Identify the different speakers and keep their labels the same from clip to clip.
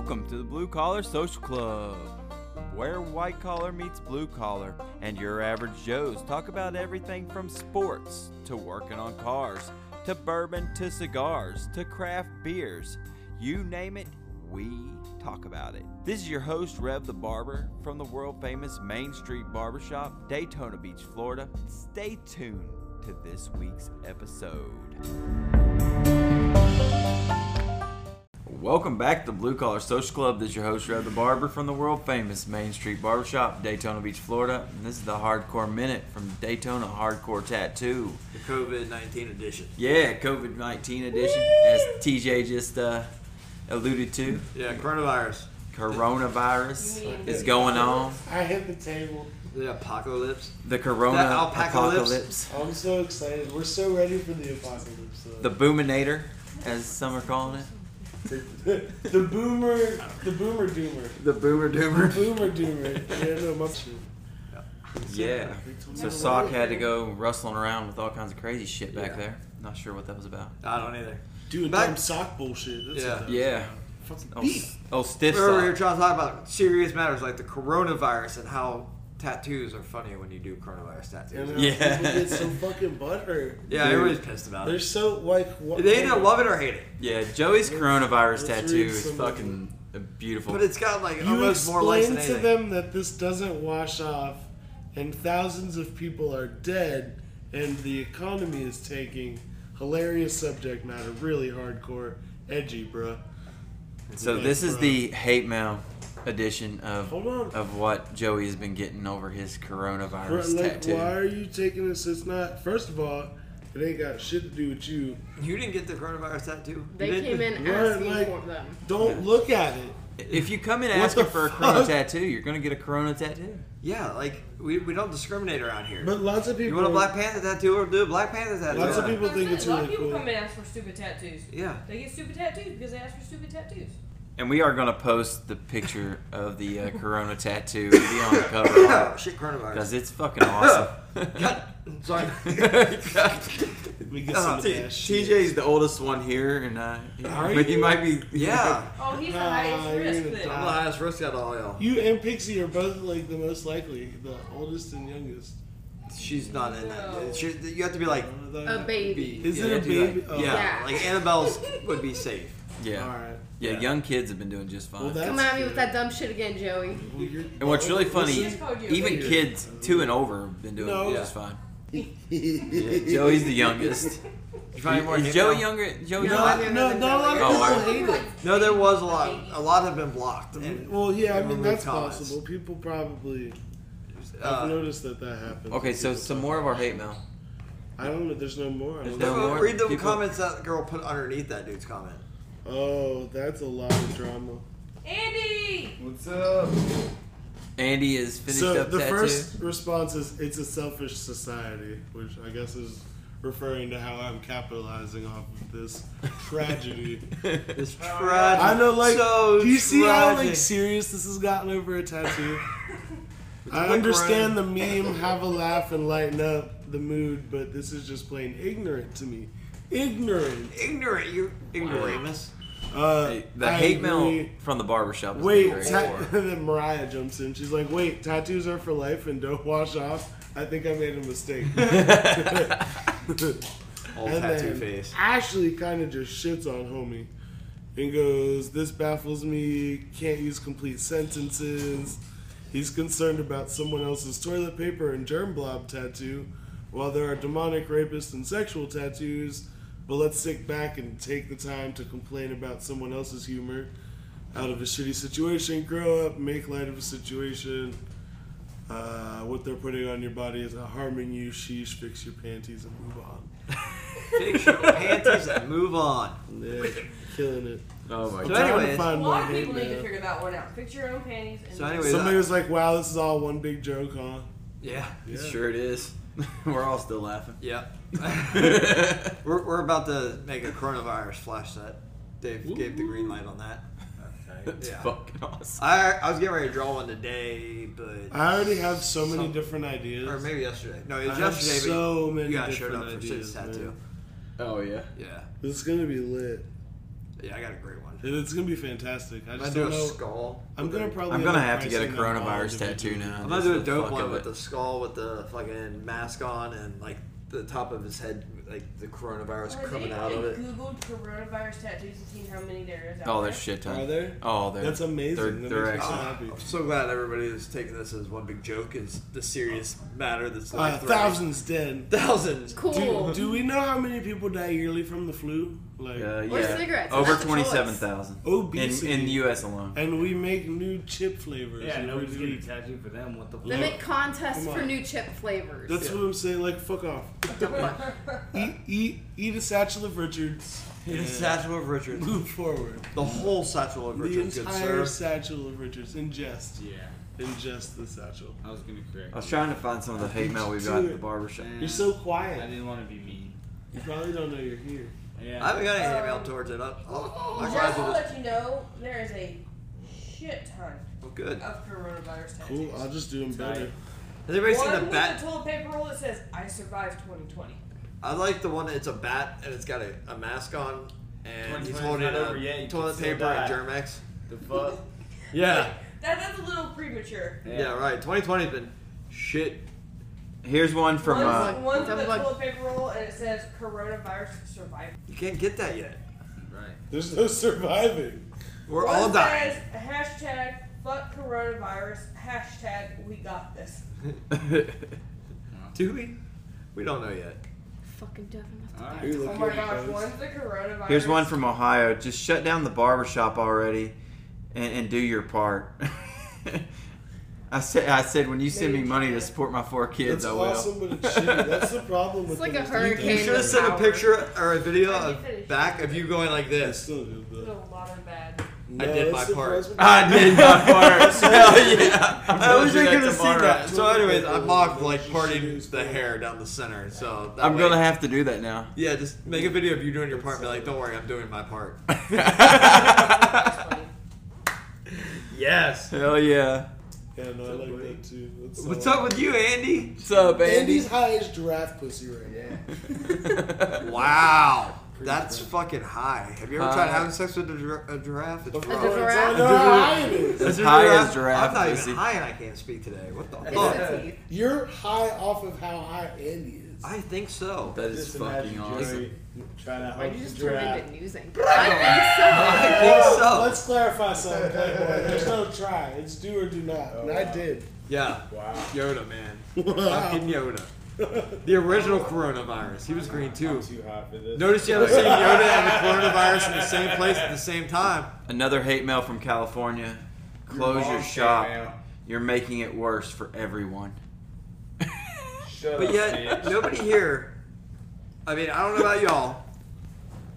Speaker 1: Blue Collar Social Club, where white collar meets blue collar, and your average Joes talk about everything from sports to working on cars to bourbon to cigars to craft beers. You name it, we talk about it. This is your host, Rev the Barber, from the world famous Main Street Barbershop, Daytona Beach, Florida. Stay tuned to this week's episode. Welcome back to Blue Collar Social Club. This is your host, Rev the Barber, from the world famous Main Street Barbershop, Daytona Beach, Florida. And this is the Hardcore Minute from Daytona Hardcore Tattoo.
Speaker 2: The COVID 19 edition.
Speaker 1: Yeah, COVID 19 edition, as TJ just uh, alluded to.
Speaker 2: Yeah, coronavirus.
Speaker 1: Coronavirus is going on.
Speaker 3: I hit the table.
Speaker 2: The apocalypse.
Speaker 1: The corona
Speaker 2: That alpacalypse.
Speaker 1: apocalypse.
Speaker 3: I'm so excited. We're so ready for the apocalypse.
Speaker 1: The boominator, as some are calling it.
Speaker 3: The, the boomer, the boomer doomer,
Speaker 1: The boomer
Speaker 3: the boomer doomer. Yeah, no, my shit.
Speaker 1: Yeah. So Sock had to go rustling around with all kinds of crazy shit back
Speaker 2: Yeah.
Speaker 1: there. Not sure what that was about.
Speaker 2: I don't either.
Speaker 3: doing
Speaker 2: Back-
Speaker 3: dumb sock bullshit. That's
Speaker 2: Yeah.
Speaker 3: what that is.
Speaker 1: Yeah.
Speaker 3: Fucking
Speaker 1: Oh,
Speaker 3: beat.
Speaker 1: s- oh stiff
Speaker 2: Remember,
Speaker 3: uh,
Speaker 2: we were
Speaker 1: sock.
Speaker 2: trying to talk about serious matters like the coronavirus and how tattoos are funny when you do coronavirus
Speaker 3: And
Speaker 2: tattoos.
Speaker 3: uh,
Speaker 1: Yeah.
Speaker 3: people get so fucking butthurt.
Speaker 2: Yeah,
Speaker 1: Dude.
Speaker 2: everybody's pissed about
Speaker 3: They're
Speaker 2: it.
Speaker 3: so like. What,
Speaker 2: They either love it or hate it.
Speaker 1: Yeah, Joey's coronavirus
Speaker 3: let's
Speaker 1: tattoo
Speaker 3: read
Speaker 1: is
Speaker 3: some of
Speaker 1: fucking beautiful.
Speaker 2: But it's got like
Speaker 3: You
Speaker 2: almost more likes
Speaker 3: explain
Speaker 2: than
Speaker 3: to
Speaker 2: anything.
Speaker 3: them that this doesn't wash off, and thousands of people are dead, and the economy is taking. Hilarious subject matter, really hardcore, edgy, bruh.
Speaker 1: So this is the hate mail edition of
Speaker 3: Hold on.
Speaker 1: of what Joey has been getting over his
Speaker 3: Bro,
Speaker 1: coronavirus
Speaker 3: like,
Speaker 1: tattoo.
Speaker 3: why are you taking this? It's not. First of all, it ain't got shit to do with you.
Speaker 2: You didn't get the coronavirus tattoo.
Speaker 4: They
Speaker 2: You
Speaker 4: came
Speaker 2: didn't?
Speaker 4: in
Speaker 3: Right,
Speaker 4: asking
Speaker 3: like-
Speaker 4: for them.
Speaker 3: Don't look at it.
Speaker 1: If you come in
Speaker 3: What
Speaker 1: asking
Speaker 3: the
Speaker 1: for a corona
Speaker 3: fuck?
Speaker 1: tattoo, you're gonna get a corona tattoo.
Speaker 2: Yeah, like we, we don't discriminate around here.
Speaker 3: But lots of people.
Speaker 2: you want a Black Panther tattoo or do a Black Panther tattoo?
Speaker 3: Lots of
Speaker 2: Yeah.
Speaker 3: people think it's
Speaker 4: a lot
Speaker 3: really
Speaker 4: of people
Speaker 3: cool.
Speaker 4: come and ask for stupid tattoos.
Speaker 2: Yeah.
Speaker 4: They get stupid tattoos because they ask for stupid tattoos.
Speaker 1: And we are gonna post the picture of the uh, corona tattoo to be on the cover
Speaker 2: Oh, shit, coronavirus.
Speaker 1: because it's fucking awesome.
Speaker 2: God, sorry.
Speaker 3: We get some of
Speaker 1: T-
Speaker 3: that shit.
Speaker 1: TJ's the oldest one here, and uh,
Speaker 3: Are
Speaker 1: but he
Speaker 3: you?
Speaker 1: might be
Speaker 2: yeah.
Speaker 4: Oh, he's the
Speaker 3: Nah,
Speaker 4: highest
Speaker 3: you're
Speaker 4: risk
Speaker 3: gonna
Speaker 4: then.
Speaker 2: I'm
Speaker 3: die.
Speaker 2: the highest risk out of all y'all.
Speaker 3: You and Pixie are both like the most likely, the oldest and youngest.
Speaker 2: She's not in
Speaker 4: No.
Speaker 2: that. She, you have to be like
Speaker 4: A baby.
Speaker 2: B.
Speaker 3: Is
Speaker 2: yeah,
Speaker 3: it
Speaker 2: you
Speaker 3: a
Speaker 2: have to be
Speaker 3: baby?
Speaker 2: Like,
Speaker 3: Oh.
Speaker 2: yeah,
Speaker 4: Yeah.
Speaker 2: like Annabelle's would be safe.
Speaker 1: yeah.
Speaker 3: All right.
Speaker 1: yeah,
Speaker 2: Yeah.
Speaker 1: Young kids have been doing just fine.
Speaker 3: Well, that-
Speaker 4: Come at me with that dumb shit again, Joey.
Speaker 3: Well, you're-
Speaker 1: and what's really
Speaker 4: She
Speaker 1: funny,
Speaker 4: just called you a
Speaker 1: even
Speaker 4: baby.
Speaker 1: kids two and over have been doing
Speaker 3: No.
Speaker 1: just fine. Joey's the youngest.
Speaker 2: You find any more
Speaker 1: Is
Speaker 2: hate
Speaker 1: Joey
Speaker 2: mail?
Speaker 1: younger? Joey
Speaker 3: No,
Speaker 1: younger?
Speaker 3: I- no, not a lot
Speaker 1: Oh, I-
Speaker 3: of people hate it.
Speaker 2: No, there was a lot. A lot have been blocked. And,
Speaker 3: Mm, Well, yeah, I
Speaker 2: and
Speaker 3: mean
Speaker 2: removed
Speaker 3: that's
Speaker 2: comments.
Speaker 3: possible. People probably. I've
Speaker 2: Uh,
Speaker 3: noticed that that happens.
Speaker 1: Okay, so some more of our hate mail.
Speaker 3: I don't know. There's no more. I
Speaker 1: There's
Speaker 3: don't
Speaker 1: no
Speaker 3: know.
Speaker 1: more
Speaker 2: read the
Speaker 1: people-
Speaker 2: comments that girl put underneath that dude's comment.
Speaker 3: Oh, that's a lot of drama.
Speaker 4: Andy!
Speaker 5: What's up?
Speaker 1: Andy is finished
Speaker 3: so
Speaker 1: up
Speaker 3: the
Speaker 1: tattoo.
Speaker 3: first response is it's a selfish society, which I guess is referring to how I'm capitalizing off of this tragedy.
Speaker 2: It's tragic.
Speaker 3: I know, like,
Speaker 2: so
Speaker 3: do you see how like
Speaker 2: tragic.
Speaker 3: serious this has gotten over a tattoo? I
Speaker 2: Quick
Speaker 3: understand the meme, have a laugh and lighten up the mood, but this is just plain ignorant to me. Ignorant.
Speaker 2: ignorant. You're ignoramus.
Speaker 3: Uh,
Speaker 1: the
Speaker 3: I
Speaker 1: hate mail
Speaker 3: agree.
Speaker 1: from the barbershop. has been
Speaker 3: Wait,
Speaker 1: great.
Speaker 3: ta- then Mariah jumps in. She's like, "Wait, tattoos are for life and don't wash off." I think I made a mistake.
Speaker 2: Old
Speaker 3: And
Speaker 2: tattoo
Speaker 3: then
Speaker 2: face.
Speaker 3: Ashley kind of just shits on homie and goes, This baffles me. Can't use complete sentences. He's concerned about someone else's toilet paper and germ blob tattoo, while there are demonic rapists and sexual tattoos. But let's sit back and take the time to complain about someone else's humor out of a shitty situation. Grow up, make light of a situation. Uh, what they're putting on your body is not harming you. Sheesh, fix your panties and move on.
Speaker 2: Fix your panties and move on.
Speaker 3: Yeah, killing it.
Speaker 1: Oh my
Speaker 3: I'm
Speaker 2: So
Speaker 1: god.
Speaker 3: trying to
Speaker 2: anyways-
Speaker 4: A
Speaker 3: find
Speaker 4: lot
Speaker 3: one
Speaker 4: of people
Speaker 3: hate
Speaker 4: need to
Speaker 3: mail.
Speaker 4: figure that one out. Fix your own panties. And
Speaker 2: So anyways-
Speaker 3: Somebody was like, "Wow, this is all one big joke, huh?"
Speaker 2: Yeah.
Speaker 3: Yeah.
Speaker 1: Sure it is. We're all still laughing.
Speaker 2: Yeah. We're, we're about to make a coronavirus flash set. Dave gave the green light on that.
Speaker 1: It's
Speaker 2: Yeah.
Speaker 1: fucking awesome.
Speaker 2: I I was getting ready to draw one today, but
Speaker 3: I already have so many
Speaker 2: Some-
Speaker 3: different ideas.
Speaker 2: or maybe yesterday. No, it
Speaker 3: I
Speaker 2: was
Speaker 3: have
Speaker 2: yesterday.
Speaker 3: so
Speaker 2: but
Speaker 3: many
Speaker 2: you guys showed
Speaker 3: different
Speaker 2: up for
Speaker 3: ideas.
Speaker 2: Sid's tattoo.
Speaker 3: man.
Speaker 1: Oh yeah.
Speaker 2: Yeah,
Speaker 3: This is gonna be lit.
Speaker 2: Yeah, I got a great one.
Speaker 3: It- It's gonna be fantastic. I
Speaker 2: I'm gonna
Speaker 3: just
Speaker 2: do
Speaker 3: don't
Speaker 2: a
Speaker 3: know.
Speaker 2: skull.
Speaker 3: I'm
Speaker 2: with a-
Speaker 3: gonna probably.
Speaker 1: I'm
Speaker 3: end
Speaker 1: gonna
Speaker 3: up
Speaker 1: have to get a
Speaker 3: pricing them all
Speaker 1: coronavirus tattoo
Speaker 3: individually.
Speaker 1: now.
Speaker 2: I'm gonna do a
Speaker 1: Just the
Speaker 2: dope
Speaker 1: fuck
Speaker 2: one
Speaker 1: of
Speaker 2: with
Speaker 1: it.
Speaker 2: the skull with the fucking mask on and like the top of his head, like the coronavirus coming out of it.
Speaker 4: Googled coronavirus tattoos and seen how many there is out
Speaker 1: Oh,
Speaker 4: there.
Speaker 1: there's shit
Speaker 3: Are
Speaker 1: ton.
Speaker 3: there?
Speaker 1: Oh, there.
Speaker 3: That's amazing.
Speaker 1: They're,
Speaker 3: That
Speaker 1: they're
Speaker 3: makes me so
Speaker 1: excellent.
Speaker 2: Ah,
Speaker 3: happy.
Speaker 2: I'm so glad everybody is taking this as one big joke. Is the serious matter that's
Speaker 3: Uh,
Speaker 2: like
Speaker 3: thousands dead.
Speaker 2: thousands.
Speaker 4: Cool.
Speaker 3: Do, do we know how many people die yearly from the flu? Like,
Speaker 1: Uh,
Speaker 4: Or
Speaker 1: yeah.
Speaker 4: cigarettes,
Speaker 1: Over
Speaker 4: that's a choice.
Speaker 1: 27,000 in,
Speaker 3: Obesity.
Speaker 1: in the U.S. alone.
Speaker 3: and we make new chip flavors.
Speaker 6: Yeah,
Speaker 3: every
Speaker 6: nobody's
Speaker 3: week.
Speaker 6: getting tattooed for them. What the fuck?
Speaker 4: They make contests
Speaker 3: Come on.
Speaker 4: for new chip flavors.
Speaker 3: That's what I'm saying. Like, fuck off. eat, eat, eat a satchel of Richards.
Speaker 2: The
Speaker 3: and
Speaker 2: satchel of Richards.
Speaker 3: Move forward.
Speaker 2: The whole satchel of Richards,
Speaker 3: the
Speaker 2: good sir.
Speaker 3: entire satchel of Richards. Ingest.
Speaker 6: Yeah,
Speaker 3: Ingest the satchel.
Speaker 6: I was gonna correct.
Speaker 1: I was
Speaker 6: you.
Speaker 1: trying to find some of the hate mail we got at the barbershop.
Speaker 6: Eh,
Speaker 3: You're so
Speaker 6: I
Speaker 3: quiet.
Speaker 6: didn't want to be mean.
Speaker 3: You probably don't know you're here.
Speaker 6: Yeah.
Speaker 2: I haven't got any email towards it. I'll, I'll, my guys
Speaker 4: Just to
Speaker 2: will just.
Speaker 4: let you know, there is a shit ton
Speaker 2: Well, good. Has
Speaker 4: of coronavirus tattoos.
Speaker 3: Cool. I'll just do them better.
Speaker 2: anybody
Speaker 4: One
Speaker 2: seen the
Speaker 4: with
Speaker 2: bat?
Speaker 4: a toilet paper roll that says "I survived 2020."
Speaker 2: I like the one that's a bat and it's got a, a mask on and he's
Speaker 6: 2020's
Speaker 2: holding
Speaker 6: not over
Speaker 2: a
Speaker 6: yet, you
Speaker 2: toilet
Speaker 6: can still
Speaker 2: paper and
Speaker 6: die.
Speaker 2: Germex.
Speaker 6: the fuck.
Speaker 2: Yeah.
Speaker 4: That, that's a little premature.
Speaker 2: yeah. right. 2020's been shit.
Speaker 1: Here's one from
Speaker 4: one's,
Speaker 1: uh,
Speaker 4: one's with a
Speaker 7: Double bug.
Speaker 4: toilet paper roll and it says "Coronavirus survivor."
Speaker 2: You can't get that yet.
Speaker 6: Right.
Speaker 3: There's no surviving.
Speaker 2: We're
Speaker 4: One
Speaker 2: all dying.
Speaker 4: says, hashtag fuck coronavirus. Hashtag we got this.
Speaker 2: Do we? We don't know yet.
Speaker 7: Fucking Devin.
Speaker 6: All right.
Speaker 3: You're
Speaker 4: Oh
Speaker 3: looking
Speaker 4: my
Speaker 3: at
Speaker 4: gosh,
Speaker 3: those.
Speaker 4: one's the coronavirus.
Speaker 1: Here's one from Ohio. Just shut down the barbershop already and, and do your part. I said I said when you send me money to support my four kids,
Speaker 3: That's
Speaker 1: I will.
Speaker 3: awesome, but it's shitty. That's the problem with
Speaker 7: It's like
Speaker 3: them
Speaker 7: a
Speaker 3: is they think-
Speaker 2: You
Speaker 7: hurricane.
Speaker 2: should have sent a
Speaker 7: Power.
Speaker 2: picture or a video
Speaker 4: Are you
Speaker 2: of
Speaker 4: finished?
Speaker 2: back of you going like
Speaker 3: It's
Speaker 2: this.
Speaker 3: still good,
Speaker 4: There's
Speaker 3: but-
Speaker 4: a lot of bad.
Speaker 3: No,
Speaker 2: did
Speaker 3: that's
Speaker 2: my
Speaker 3: the
Speaker 2: part.
Speaker 3: problem.
Speaker 1: I did my part. Hell yeah!
Speaker 2: I wish I
Speaker 1: do
Speaker 2: could have seen
Speaker 1: tomorrow.
Speaker 2: that. So, anyways, I mocked like parting
Speaker 3: Shoes.
Speaker 2: the hair down the center. So that
Speaker 1: I'm gonna
Speaker 2: way-
Speaker 1: have to do that now.
Speaker 2: Yeah, just make a video of you doing your part. Be like, don't worry, I'm doing my part.
Speaker 4: That's funny.
Speaker 2: yes.
Speaker 1: Hell yeah!
Speaker 3: Yeah, no, I like that too. That's
Speaker 2: What's
Speaker 3: solid.
Speaker 2: up with you, Andy?
Speaker 1: What's up,
Speaker 3: Andy's
Speaker 1: Andy?
Speaker 3: high as giraffe pussy right now.
Speaker 2: Wow, that's fucking high. Have you ever tried
Speaker 1: High.
Speaker 2: having sex with a, gir- a giraffe? It's
Speaker 3: That's
Speaker 2: rough.
Speaker 3: all
Speaker 7: giraffe?
Speaker 3: I know how high it is.
Speaker 1: As
Speaker 2: It's a
Speaker 1: high as
Speaker 2: I'm
Speaker 1: giraffe
Speaker 2: not
Speaker 1: pussy.
Speaker 2: even high, and I can't speak today. What the
Speaker 4: It's
Speaker 2: fuck?
Speaker 4: a teeth.
Speaker 3: You're high off of how high Andy is.
Speaker 2: I think so.
Speaker 1: That is
Speaker 6: Just
Speaker 1: fucking
Speaker 6: imagine
Speaker 1: awesome.
Speaker 6: Jerry trying to
Speaker 7: Why
Speaker 6: help
Speaker 7: you just
Speaker 6: the
Speaker 7: turned
Speaker 6: giraffe.
Speaker 7: into news anchor? I
Speaker 2: I think
Speaker 3: Well,
Speaker 2: so.
Speaker 3: Let's clarify something, Playboy. There's no try. It's do or do not. and I did.
Speaker 2: Yeah.
Speaker 6: Wow.
Speaker 2: Yoda, man.
Speaker 3: Wow.
Speaker 2: Fucking Yoda. The original coronavirus. He was green too.
Speaker 6: I'm too hot for this.
Speaker 2: Notice you have the same Yoda and the coronavirus in the same place at the same time.
Speaker 1: Another hate mail from California. Close your
Speaker 6: mom came
Speaker 1: shop.
Speaker 6: out.
Speaker 1: You're making it worse for everyone.
Speaker 6: Shut
Speaker 2: But
Speaker 6: up,
Speaker 2: yet,
Speaker 6: bitch.
Speaker 2: nobody here. I mean, I don't know about y'all.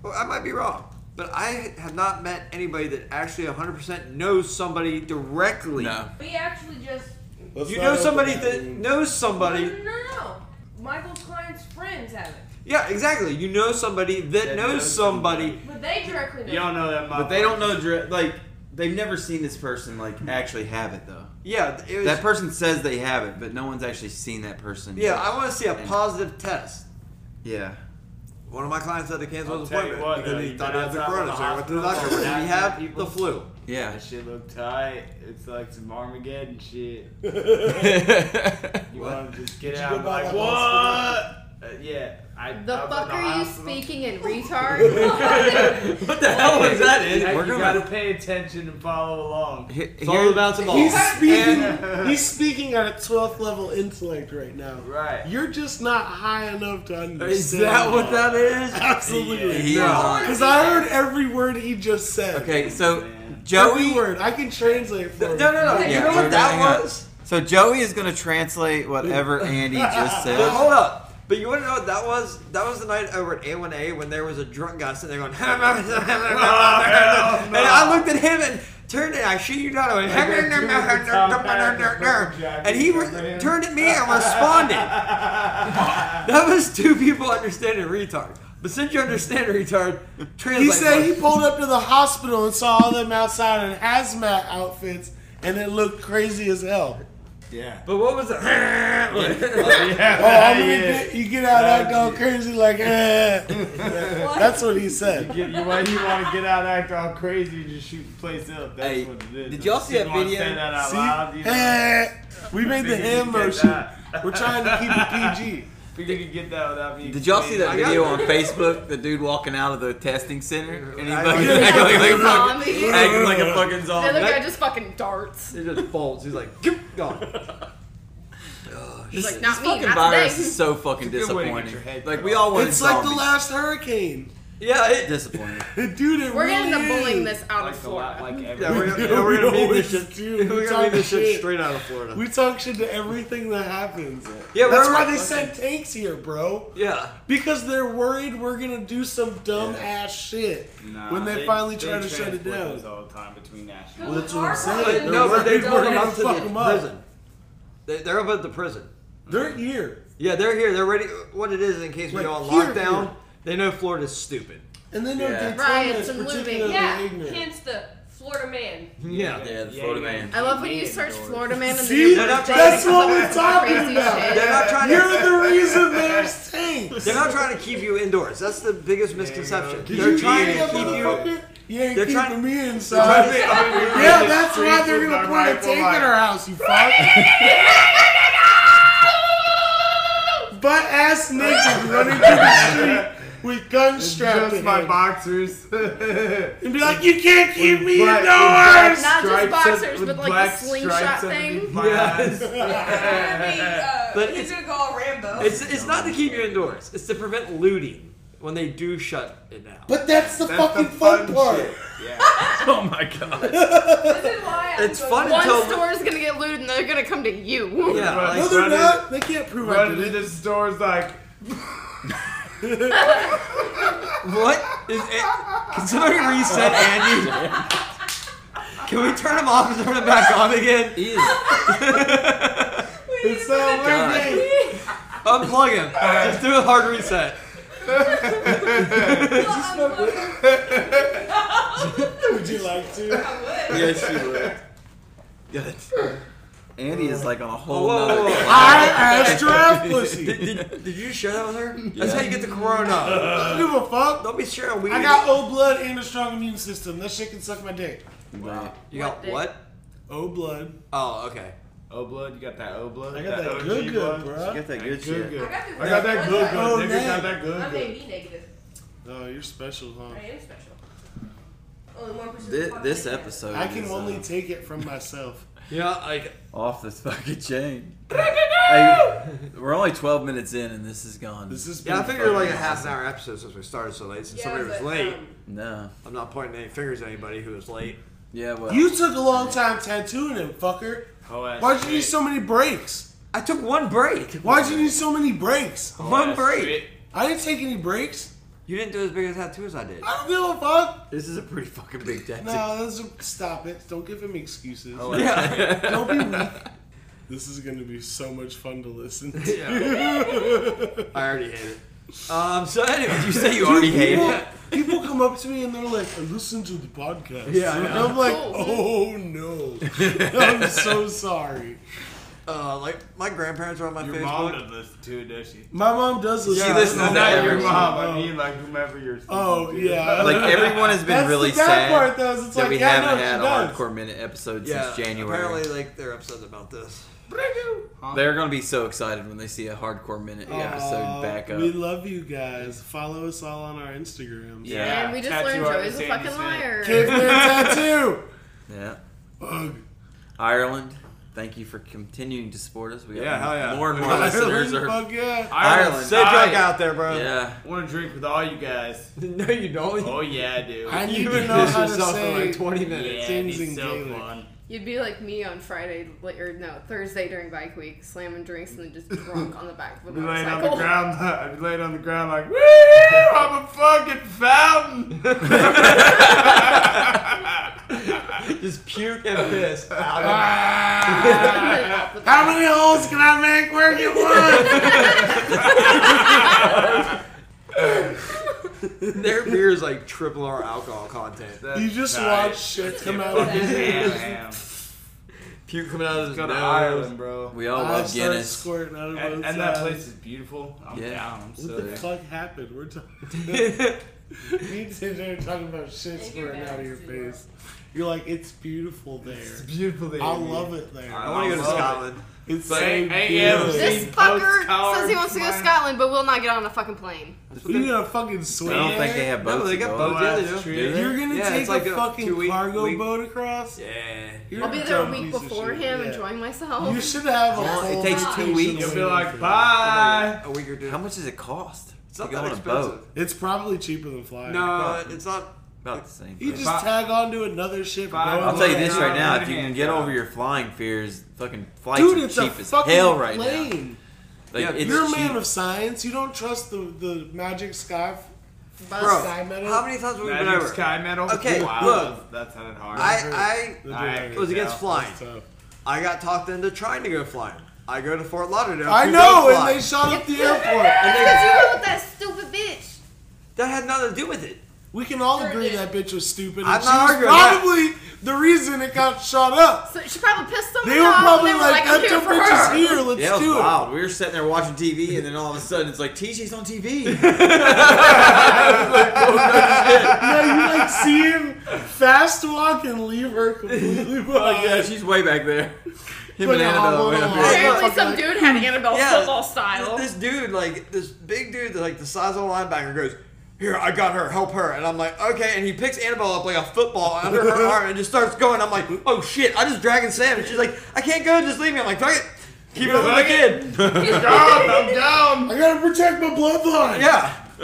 Speaker 2: Or I might be wrong. But I have not met anybody that actually 100% knows somebody directly.
Speaker 1: No.
Speaker 4: We actually just.
Speaker 3: Let's
Speaker 2: You
Speaker 3: not
Speaker 2: know
Speaker 3: open
Speaker 2: somebody
Speaker 3: that
Speaker 2: that
Speaker 3: wound.
Speaker 2: knows
Speaker 4: No, no,
Speaker 2: somebody.
Speaker 4: no, no. Michael Klein's friends have it,
Speaker 2: Yeah, exactly. You know somebody that,
Speaker 1: That
Speaker 2: knows,
Speaker 1: knows
Speaker 2: somebody.
Speaker 4: but they directly know.
Speaker 6: you don't know that.
Speaker 1: But they don't know, dr- like, they've never seen this person, like, actually have it, though.
Speaker 2: Yeah, it was,
Speaker 1: That person says they have it, but no one's actually seen that person.
Speaker 2: yeah, I want to see a
Speaker 1: And-
Speaker 2: positive test.
Speaker 1: Yeah.
Speaker 2: One of my clients had to cancel
Speaker 6: I'll
Speaker 2: his
Speaker 6: tell you
Speaker 2: appointment
Speaker 6: what,
Speaker 2: because
Speaker 6: though,
Speaker 2: he
Speaker 6: you
Speaker 2: thought he
Speaker 6: been
Speaker 2: had the
Speaker 6: outside
Speaker 2: corona,
Speaker 6: of
Speaker 2: so
Speaker 6: the
Speaker 2: he went to the
Speaker 6: hospital
Speaker 2: doctor. What did he
Speaker 6: and
Speaker 2: have?
Speaker 6: people?
Speaker 2: The flu.
Speaker 1: Yeah.
Speaker 6: That shit look tight. It's like some Armageddon shit. You
Speaker 2: What?
Speaker 6: want to just get
Speaker 3: Did you
Speaker 6: out
Speaker 3: go
Speaker 6: and be
Speaker 3: buy
Speaker 6: like,
Speaker 3: that
Speaker 6: what?
Speaker 3: hospital?
Speaker 6: Uh, yeah. I,
Speaker 7: didn't. The
Speaker 6: I was
Speaker 7: fuck
Speaker 6: in the
Speaker 7: are you
Speaker 6: hospital.
Speaker 7: speaking in, retard?
Speaker 1: what the hell was that, Andy?
Speaker 6: Hey,
Speaker 1: We're
Speaker 6: you
Speaker 1: gonna-
Speaker 6: gotta pay attention and follow along.
Speaker 1: Here-
Speaker 2: It's all about the ball.
Speaker 3: He's speaking.
Speaker 6: And-
Speaker 3: he's speaking at a 12th level intellect right now.
Speaker 6: Right.
Speaker 3: You're just not high enough to understand.
Speaker 1: Is that what that is?
Speaker 3: Absolutely.
Speaker 1: He is on.
Speaker 3: Because I heard every word he just said.
Speaker 1: Okay, so
Speaker 6: Man.
Speaker 3: Every
Speaker 1: Joey.
Speaker 3: word. I can translate for
Speaker 2: No,
Speaker 3: you.
Speaker 2: no, no.
Speaker 1: Yeah,
Speaker 2: you know
Speaker 1: we're
Speaker 2: what
Speaker 1: gonna hang
Speaker 2: that
Speaker 1: up.
Speaker 2: was?
Speaker 1: So Joey is gonna translate whatever Andy just
Speaker 2: But
Speaker 1: said.
Speaker 2: hold up. But you want to know what that was? That was the night over at A1A when there was a drunk guy sitting there going,
Speaker 3: Oh,
Speaker 2: and I looked at him and turned and I shit you not, I went, and he re- turned at me and responded. that was two people understanding retard. But since you understand retard, translate.
Speaker 3: He said he
Speaker 2: for us.
Speaker 3: pulled up to the hospital and saw all them outside in hazmat outfits, and it looked crazy as hell.
Speaker 6: Yeah.
Speaker 2: But what was it?
Speaker 3: Oh, I'm gonna get, you get out of that going crazy like, eh.
Speaker 4: Well,
Speaker 3: That's what he said.
Speaker 6: Get, you, when you want to get out, act all crazy, you just shoot the place up. That's
Speaker 1: Hey,
Speaker 6: what it is.
Speaker 1: did y'all see that
Speaker 6: You wanna
Speaker 1: video?
Speaker 6: Say that out
Speaker 3: See?
Speaker 6: loud. You know?
Speaker 3: Eh, we made the
Speaker 6: Figured
Speaker 3: hand
Speaker 6: you'd get
Speaker 3: motion.
Speaker 6: that.
Speaker 3: We're trying to keep it PG.
Speaker 6: Figured you get that without me.
Speaker 1: Did y'all see that
Speaker 2: I got
Speaker 1: video
Speaker 2: it.
Speaker 1: on Facebook? The dude walking out of the testing center and he's
Speaker 2: I-
Speaker 1: fucking
Speaker 2: I-
Speaker 1: acting like, a fucking,
Speaker 7: Zombie.
Speaker 1: acting like a fucking
Speaker 7: The other
Speaker 1: zombie.
Speaker 7: guy just fucking darts.
Speaker 2: It just folds. He's like, "Goop, gone.
Speaker 1: This,
Speaker 7: like, not
Speaker 1: this
Speaker 7: me,
Speaker 1: fucking
Speaker 7: not
Speaker 1: virus
Speaker 7: today.
Speaker 1: is so fucking
Speaker 6: It's a good way to get
Speaker 1: disappointing.
Speaker 6: your head
Speaker 1: Like
Speaker 6: cut
Speaker 1: we
Speaker 6: off.
Speaker 1: all wanted
Speaker 3: It's like the
Speaker 1: zombies.
Speaker 3: last hurricane.
Speaker 1: Yeah, it disappointing.
Speaker 3: Dude, it
Speaker 7: We're
Speaker 3: really
Speaker 7: gonna end up bullying
Speaker 3: is.
Speaker 7: this out
Speaker 6: Like
Speaker 7: of
Speaker 6: a lot,
Speaker 7: Florida.
Speaker 6: like
Speaker 2: Yeah, we're,
Speaker 6: every.
Speaker 2: gonna-
Speaker 3: We
Speaker 2: yeah, we're gonna leave
Speaker 3: always
Speaker 2: this shit.
Speaker 3: do. We
Speaker 2: We're gonna
Speaker 3: talk
Speaker 2: leave this shit
Speaker 3: shit.
Speaker 2: straight out of Florida.
Speaker 3: We talk shit to everything that happens.
Speaker 2: Yeah,
Speaker 3: That's
Speaker 2: we're-
Speaker 3: why they sent tanks here, bro.
Speaker 2: yeah.
Speaker 3: Because they're worried we're gonna do some dumb ass shit
Speaker 6: Nah,
Speaker 3: when they, finally try to shut
Speaker 6: transport
Speaker 3: it down.
Speaker 6: those all the time between national.
Speaker 3: Well, that's what I'm saying.
Speaker 4: But
Speaker 3: They're
Speaker 2: no, but they're
Speaker 3: worried we're
Speaker 2: going
Speaker 3: gonna
Speaker 2: up to
Speaker 3: fuck
Speaker 2: the
Speaker 3: them up.
Speaker 2: prison. They, they're up at the prison.
Speaker 3: They're here,
Speaker 2: Yeah, they're here. They're ready. What it is, in case we
Speaker 3: Like,
Speaker 2: go on
Speaker 3: here,
Speaker 2: lockdown,
Speaker 3: here.
Speaker 2: they know Florida's stupid.
Speaker 3: and they know
Speaker 1: Yeah.
Speaker 3: Daytona
Speaker 7: Riots
Speaker 3: is
Speaker 7: and looting.
Speaker 3: particularly
Speaker 4: Yeah,
Speaker 3: ignorant.
Speaker 4: hence the Florida man.
Speaker 2: Yeah.
Speaker 1: Yeah, the Florida man.
Speaker 7: I love when you search Florida man and
Speaker 3: See,
Speaker 2: They're
Speaker 7: then you
Speaker 2: not trying
Speaker 7: just
Speaker 2: to-
Speaker 3: that's what we're talking
Speaker 7: Crazy
Speaker 3: about.
Speaker 7: shit.
Speaker 2: They're not trying
Speaker 3: You're
Speaker 2: to.
Speaker 3: the reason there's tanks.
Speaker 2: They're not trying to keep you indoors. That's the biggest misconception.
Speaker 3: Did
Speaker 2: They're
Speaker 3: you
Speaker 2: trying
Speaker 3: hear
Speaker 2: to
Speaker 3: that,
Speaker 2: keep you.
Speaker 3: motherfucker? You ain't
Speaker 2: They're
Speaker 3: keeping
Speaker 2: trying-
Speaker 3: me
Speaker 2: trying
Speaker 3: inside.
Speaker 2: to-
Speaker 3: Yeah, that's why they're gonna put a tank in our house, you fuck. Butt ass naked running through the street with guns strapped to
Speaker 6: Just my
Speaker 3: him.
Speaker 6: boxers.
Speaker 3: and be like, "You can't keep me
Speaker 6: Black-
Speaker 3: indoors."
Speaker 7: Not just
Speaker 6: stripes
Speaker 7: boxers,
Speaker 6: with
Speaker 7: but, like, the
Speaker 6: black
Speaker 7: slingshot
Speaker 6: stripes underneath
Speaker 7: thing.
Speaker 6: my eyes.
Speaker 4: but
Speaker 2: But
Speaker 4: uh, he's
Speaker 2: it's-
Speaker 4: gonna go all Rambo.
Speaker 2: It's it's not to keep you indoors. It's to prevent looting when they do shut it down.
Speaker 3: But that's the
Speaker 6: That's
Speaker 3: fucking
Speaker 6: the
Speaker 3: fun,
Speaker 6: fun
Speaker 3: part.
Speaker 6: shit. Yeah.
Speaker 1: oh my god.
Speaker 4: This is why I'm
Speaker 2: It's
Speaker 4: so-
Speaker 2: fun
Speaker 7: One
Speaker 2: until
Speaker 7: store's gonna get looted and they're gonna come to you.
Speaker 2: yeah,
Speaker 6: Right.
Speaker 2: like,
Speaker 3: No, they're
Speaker 6: Running-
Speaker 3: not. They can't prove I
Speaker 6: Running
Speaker 3: did it.
Speaker 6: into stores like,
Speaker 2: what is it? Can somebody reset Andy? Can we turn him off and turn him back on again?
Speaker 1: He is
Speaker 3: It's not working.
Speaker 2: Unplug him. Just do a hard reset.
Speaker 3: Would you like to?
Speaker 1: Yes, you would. Good. Andy is like on a
Speaker 2: Whoa,
Speaker 1: whole
Speaker 2: whoa,
Speaker 1: nother.
Speaker 2: whoa.
Speaker 3: I asked draft
Speaker 2: Did,
Speaker 3: pussy.
Speaker 2: did, did you share that with her? That's how you get the corona.
Speaker 3: I don't give a fuck.
Speaker 2: Don't be sharing weed.
Speaker 3: I got old blood and a strong immune system. That shit can suck my dick.
Speaker 1: Wow.
Speaker 2: you got what?
Speaker 3: O blood.
Speaker 2: Oh, okay.
Speaker 6: oh blood, you got that oh blood.
Speaker 3: I got that
Speaker 6: OG
Speaker 3: good good,
Speaker 6: blood.
Speaker 1: You
Speaker 3: bro.
Speaker 1: got that good
Speaker 6: Good,
Speaker 1: shit.
Speaker 6: good.
Speaker 4: got
Speaker 6: I got that good good.
Speaker 3: Oh,
Speaker 6: Nigga
Speaker 3: man.
Speaker 6: got that good
Speaker 4: I'm
Speaker 6: good.
Speaker 4: AB negative.
Speaker 3: Oh, you're special,
Speaker 4: I
Speaker 3: huh?
Speaker 4: am special. Only one person.
Speaker 1: This,
Speaker 4: fucking
Speaker 1: this
Speaker 4: negative.
Speaker 1: episode.
Speaker 3: I can
Speaker 1: is,
Speaker 3: only
Speaker 1: uh,
Speaker 3: take it from myself.
Speaker 2: Yeah, like
Speaker 1: off the fucking chain. Hey, we're only 12 minutes in and this is gone.
Speaker 3: This is
Speaker 2: yeah, I figured like a half an hour episode since we started so late. Since
Speaker 4: Yeah,
Speaker 2: somebody was
Speaker 4: but,
Speaker 2: late,
Speaker 4: um,
Speaker 1: no.
Speaker 2: I'm not pointing any fingers at anybody who was late.
Speaker 1: Yeah, well.
Speaker 3: You took a long time tattooing him, fucker.
Speaker 6: Whole ass
Speaker 3: Why'd you need
Speaker 6: shit.
Speaker 3: so many breaks?
Speaker 2: I took one break.
Speaker 3: Why'd you need so many breaks?
Speaker 6: Whole
Speaker 2: one
Speaker 6: ass
Speaker 2: break.
Speaker 6: shit.
Speaker 3: I didn't take any breaks.
Speaker 2: You didn't do as big a tattoo as I did.
Speaker 3: I don't give a fuck.
Speaker 1: this is a pretty fucking big tattoo.
Speaker 3: No, those are, stop it. Don't give him excuses.
Speaker 2: Oh. Yeah.
Speaker 3: Don't be weak. This is going to be so much fun to listen to.
Speaker 2: I already hate it. Um. So anyway, you say
Speaker 1: You already hate
Speaker 3: people,
Speaker 1: it.
Speaker 3: people come up to me and they're like, I listened to the podcast.
Speaker 2: Yeah, I
Speaker 3: And
Speaker 2: know.
Speaker 3: I'm like,
Speaker 7: Cool.
Speaker 3: oh no. I'm so sorry.
Speaker 2: uh, like my grandparents are on my
Speaker 6: Your mom
Speaker 2: Facebook.
Speaker 6: doesn't listen to it, does she?
Speaker 3: My mom does listen
Speaker 2: She
Speaker 3: to
Speaker 2: listens
Speaker 3: this.
Speaker 2: to
Speaker 6: Not your
Speaker 1: everyone.
Speaker 6: mom. I mean, like whomever you're. Speaking
Speaker 3: Oh,
Speaker 6: to.
Speaker 3: yeah.
Speaker 1: Like, everyone has been
Speaker 3: That's
Speaker 1: really
Speaker 3: the bad
Speaker 1: sad
Speaker 3: part, though, is it's
Speaker 1: that
Speaker 3: like,
Speaker 1: we
Speaker 3: yeah, I
Speaker 1: haven't
Speaker 3: know
Speaker 1: had a
Speaker 3: she
Speaker 1: hardcore minute episode
Speaker 2: Yeah.
Speaker 1: since January.
Speaker 2: Apparently, like they're upset about this.
Speaker 1: They're going to be so excited when they see a hardcore minute
Speaker 3: does.
Speaker 1: episode
Speaker 3: Aw,
Speaker 1: back up.
Speaker 3: We love you guys. Follow us all on our Instagram.
Speaker 1: Yeah.
Speaker 7: And we just
Speaker 6: Tattoo
Speaker 7: learned Joey's
Speaker 6: artist
Speaker 7: a
Speaker 6: Andy
Speaker 7: fucking
Speaker 6: Smith.
Speaker 7: liar.
Speaker 3: Caveman tattoo.
Speaker 1: yeah.
Speaker 3: Ugh.
Speaker 1: Ireland, thank you for continuing to support us. We got
Speaker 2: Yeah, hell yeah.
Speaker 1: more and more listeners. Are,
Speaker 3: Fuck yeah.
Speaker 1: Ireland.
Speaker 2: Stay drunk
Speaker 6: I
Speaker 2: out there, bro.
Speaker 1: yeah.
Speaker 6: want to drink with all you guys.
Speaker 2: no, you don't.
Speaker 6: Oh yeah, I do.
Speaker 3: I need
Speaker 2: You've
Speaker 3: to
Speaker 2: been
Speaker 3: know
Speaker 2: this
Speaker 3: how to
Speaker 2: yourself for
Speaker 3: say
Speaker 2: like 20
Speaker 6: yeah,
Speaker 2: minutes.
Speaker 6: it'd
Speaker 3: things in
Speaker 6: be so
Speaker 3: Gaelic.
Speaker 6: fun.
Speaker 7: You'd be like me on Friday, like, or no, Thursday during bike week, slamming drinks and then just drunk on the back of a
Speaker 6: I'd be laying on the
Speaker 7: motorcycle.
Speaker 6: ground. I'd be laying on the ground like, woo! I'm a fucking fountain.
Speaker 2: Just puke and piss.
Speaker 6: Ah.
Speaker 7: Ah.
Speaker 3: How many holes can I make where you want?
Speaker 2: Their beer is like triple our alcohol content.
Speaker 3: you just
Speaker 6: Nice.
Speaker 3: watch shit come out of
Speaker 6: Fucking
Speaker 3: his
Speaker 6: ham, ham.
Speaker 2: Puke coming out of his
Speaker 6: Go
Speaker 2: nose.
Speaker 6: to Ireland, bro.
Speaker 1: We all
Speaker 3: I
Speaker 1: love
Speaker 3: start
Speaker 1: Oh, Guinness.
Speaker 3: squirting out of
Speaker 6: And,
Speaker 3: both
Speaker 6: and that
Speaker 3: sides.
Speaker 6: place is beautiful. I'm
Speaker 1: Yeah.
Speaker 6: down. I'm
Speaker 3: What
Speaker 6: so
Speaker 3: the fuck happened? We're talking. You sit there talking about shit
Speaker 4: Take
Speaker 3: squirting
Speaker 4: your
Speaker 3: out of your
Speaker 4: bags to Europe.
Speaker 3: face. You're like, it's beautiful there.
Speaker 6: beautiful thing.
Speaker 3: I love it there.
Speaker 2: I want to go to
Speaker 6: love it.
Speaker 2: Scotland.
Speaker 3: It's
Speaker 6: But
Speaker 3: so
Speaker 6: ain't- ain't
Speaker 3: beautiful.
Speaker 6: ever
Speaker 7: This
Speaker 6: Green
Speaker 7: fucker
Speaker 6: postcards,
Speaker 7: says he wants to go to
Speaker 6: man.
Speaker 7: Scotland, but will not get on a fucking plane.
Speaker 3: You need a fucking swing.
Speaker 5: I don't think they have
Speaker 2: No,
Speaker 5: boats.
Speaker 2: they
Speaker 5: to
Speaker 2: got
Speaker 5: go
Speaker 2: boats.
Speaker 5: on.
Speaker 2: Yeah, they do.
Speaker 5: Do they?
Speaker 3: You're gonna
Speaker 2: Yeah,
Speaker 3: take
Speaker 2: it's like
Speaker 3: a,
Speaker 2: a
Speaker 3: fucking
Speaker 2: two-week-
Speaker 3: cargo
Speaker 2: week-
Speaker 3: boat across.
Speaker 2: Yeah.
Speaker 3: You're
Speaker 7: I'll be there a
Speaker 3: dumb
Speaker 7: week
Speaker 3: piece of
Speaker 7: before
Speaker 3: shit.
Speaker 7: him,
Speaker 3: Yeah.
Speaker 7: enjoying myself.
Speaker 3: You should have a
Speaker 5: Yeah, it
Speaker 3: whole
Speaker 5: takes two
Speaker 3: vacation
Speaker 5: weeks.
Speaker 6: You'll be
Speaker 3: waiting for
Speaker 6: like,
Speaker 3: that.
Speaker 6: bye.
Speaker 2: A week or two.
Speaker 5: How much does it cost?
Speaker 2: It's
Speaker 5: to
Speaker 2: not
Speaker 5: go
Speaker 2: that
Speaker 5: on a
Speaker 2: expensive.
Speaker 5: boat.
Speaker 3: It's probably cheaper than flying.
Speaker 2: No, Uh, it's not.
Speaker 5: About the same.
Speaker 3: You
Speaker 5: price.
Speaker 3: just
Speaker 6: Five-
Speaker 3: tag on to another ship.
Speaker 6: Five-
Speaker 3: go
Speaker 5: I'll tell you
Speaker 3: away.
Speaker 5: this right now:
Speaker 6: Yeah.
Speaker 5: if you can get over your flying fears, fucking flights
Speaker 3: Dude,
Speaker 5: are
Speaker 3: it's a
Speaker 5: cheap as
Speaker 3: fucking
Speaker 5: hell right now.
Speaker 3: plane.
Speaker 5: Like,
Speaker 2: Yeah,
Speaker 5: it's
Speaker 3: You're a
Speaker 5: cheap.
Speaker 3: man of science. You don't trust the, the magic sky. f-
Speaker 7: Bus.
Speaker 2: Bro,
Speaker 3: Sky metal?
Speaker 2: how many times have we been
Speaker 6: Magic
Speaker 2: over?
Speaker 6: sky metal.
Speaker 2: Okay,
Speaker 6: wow,
Speaker 2: look.
Speaker 6: that sounded hard.
Speaker 2: I,
Speaker 3: The
Speaker 6: I
Speaker 3: dragon.
Speaker 2: I was against
Speaker 6: Yeah.
Speaker 2: flying.
Speaker 3: So-
Speaker 2: I got talked into trying to go flying. I go to Fort Lauderdale.
Speaker 3: I
Speaker 2: to
Speaker 3: know,
Speaker 2: go
Speaker 3: and
Speaker 2: fly.
Speaker 3: they shot up the airport.
Speaker 7: That's because you were with that stupid bitch.
Speaker 2: that had nothing to do with it.
Speaker 3: We can all
Speaker 4: Sure
Speaker 3: agree
Speaker 4: did.
Speaker 3: that bitch was stupid. and
Speaker 2: I'm
Speaker 3: she
Speaker 2: not
Speaker 3: was
Speaker 2: arguing that.
Speaker 3: probably the reason it got shot up.
Speaker 7: So she probably pissed somebody
Speaker 3: They were
Speaker 7: off.
Speaker 3: probably
Speaker 7: and they were
Speaker 3: like,
Speaker 7: like, I'm
Speaker 3: that
Speaker 7: here
Speaker 3: dumb
Speaker 7: for
Speaker 3: bitch
Speaker 7: her.
Speaker 3: is here. Let's
Speaker 5: Yeah, it was
Speaker 3: do it.
Speaker 5: wild. We were sitting there watching TV, and then all of a sudden, it's like TJ's on TV.
Speaker 3: Yeah, you like see him fast walk and leave her completely
Speaker 5: oh yeah,
Speaker 3: behind.
Speaker 5: she's way back there. Him
Speaker 3: Put
Speaker 5: and
Speaker 3: a
Speaker 5: Annabelle
Speaker 3: hobble
Speaker 5: way
Speaker 3: on
Speaker 5: up
Speaker 3: the
Speaker 5: here.
Speaker 3: wall.
Speaker 7: Apparently, some dude had Annabelle
Speaker 2: Yeah.
Speaker 7: football style.
Speaker 2: This dude, like this big dude, that's like the size of a linebacker, goes, "Here, I got her. Help her." And I'm like, "Okay." And he picks Annabelle up like a football under her arm and just starts going. I'm like, "Oh shit!" I just dragging Sam, and she's like, "I can't go. Just leave me." I'm like, "Fuck it, keep it up with my kid."
Speaker 6: down, I'm down.
Speaker 3: I gotta protect my bloodline.
Speaker 2: Yeah,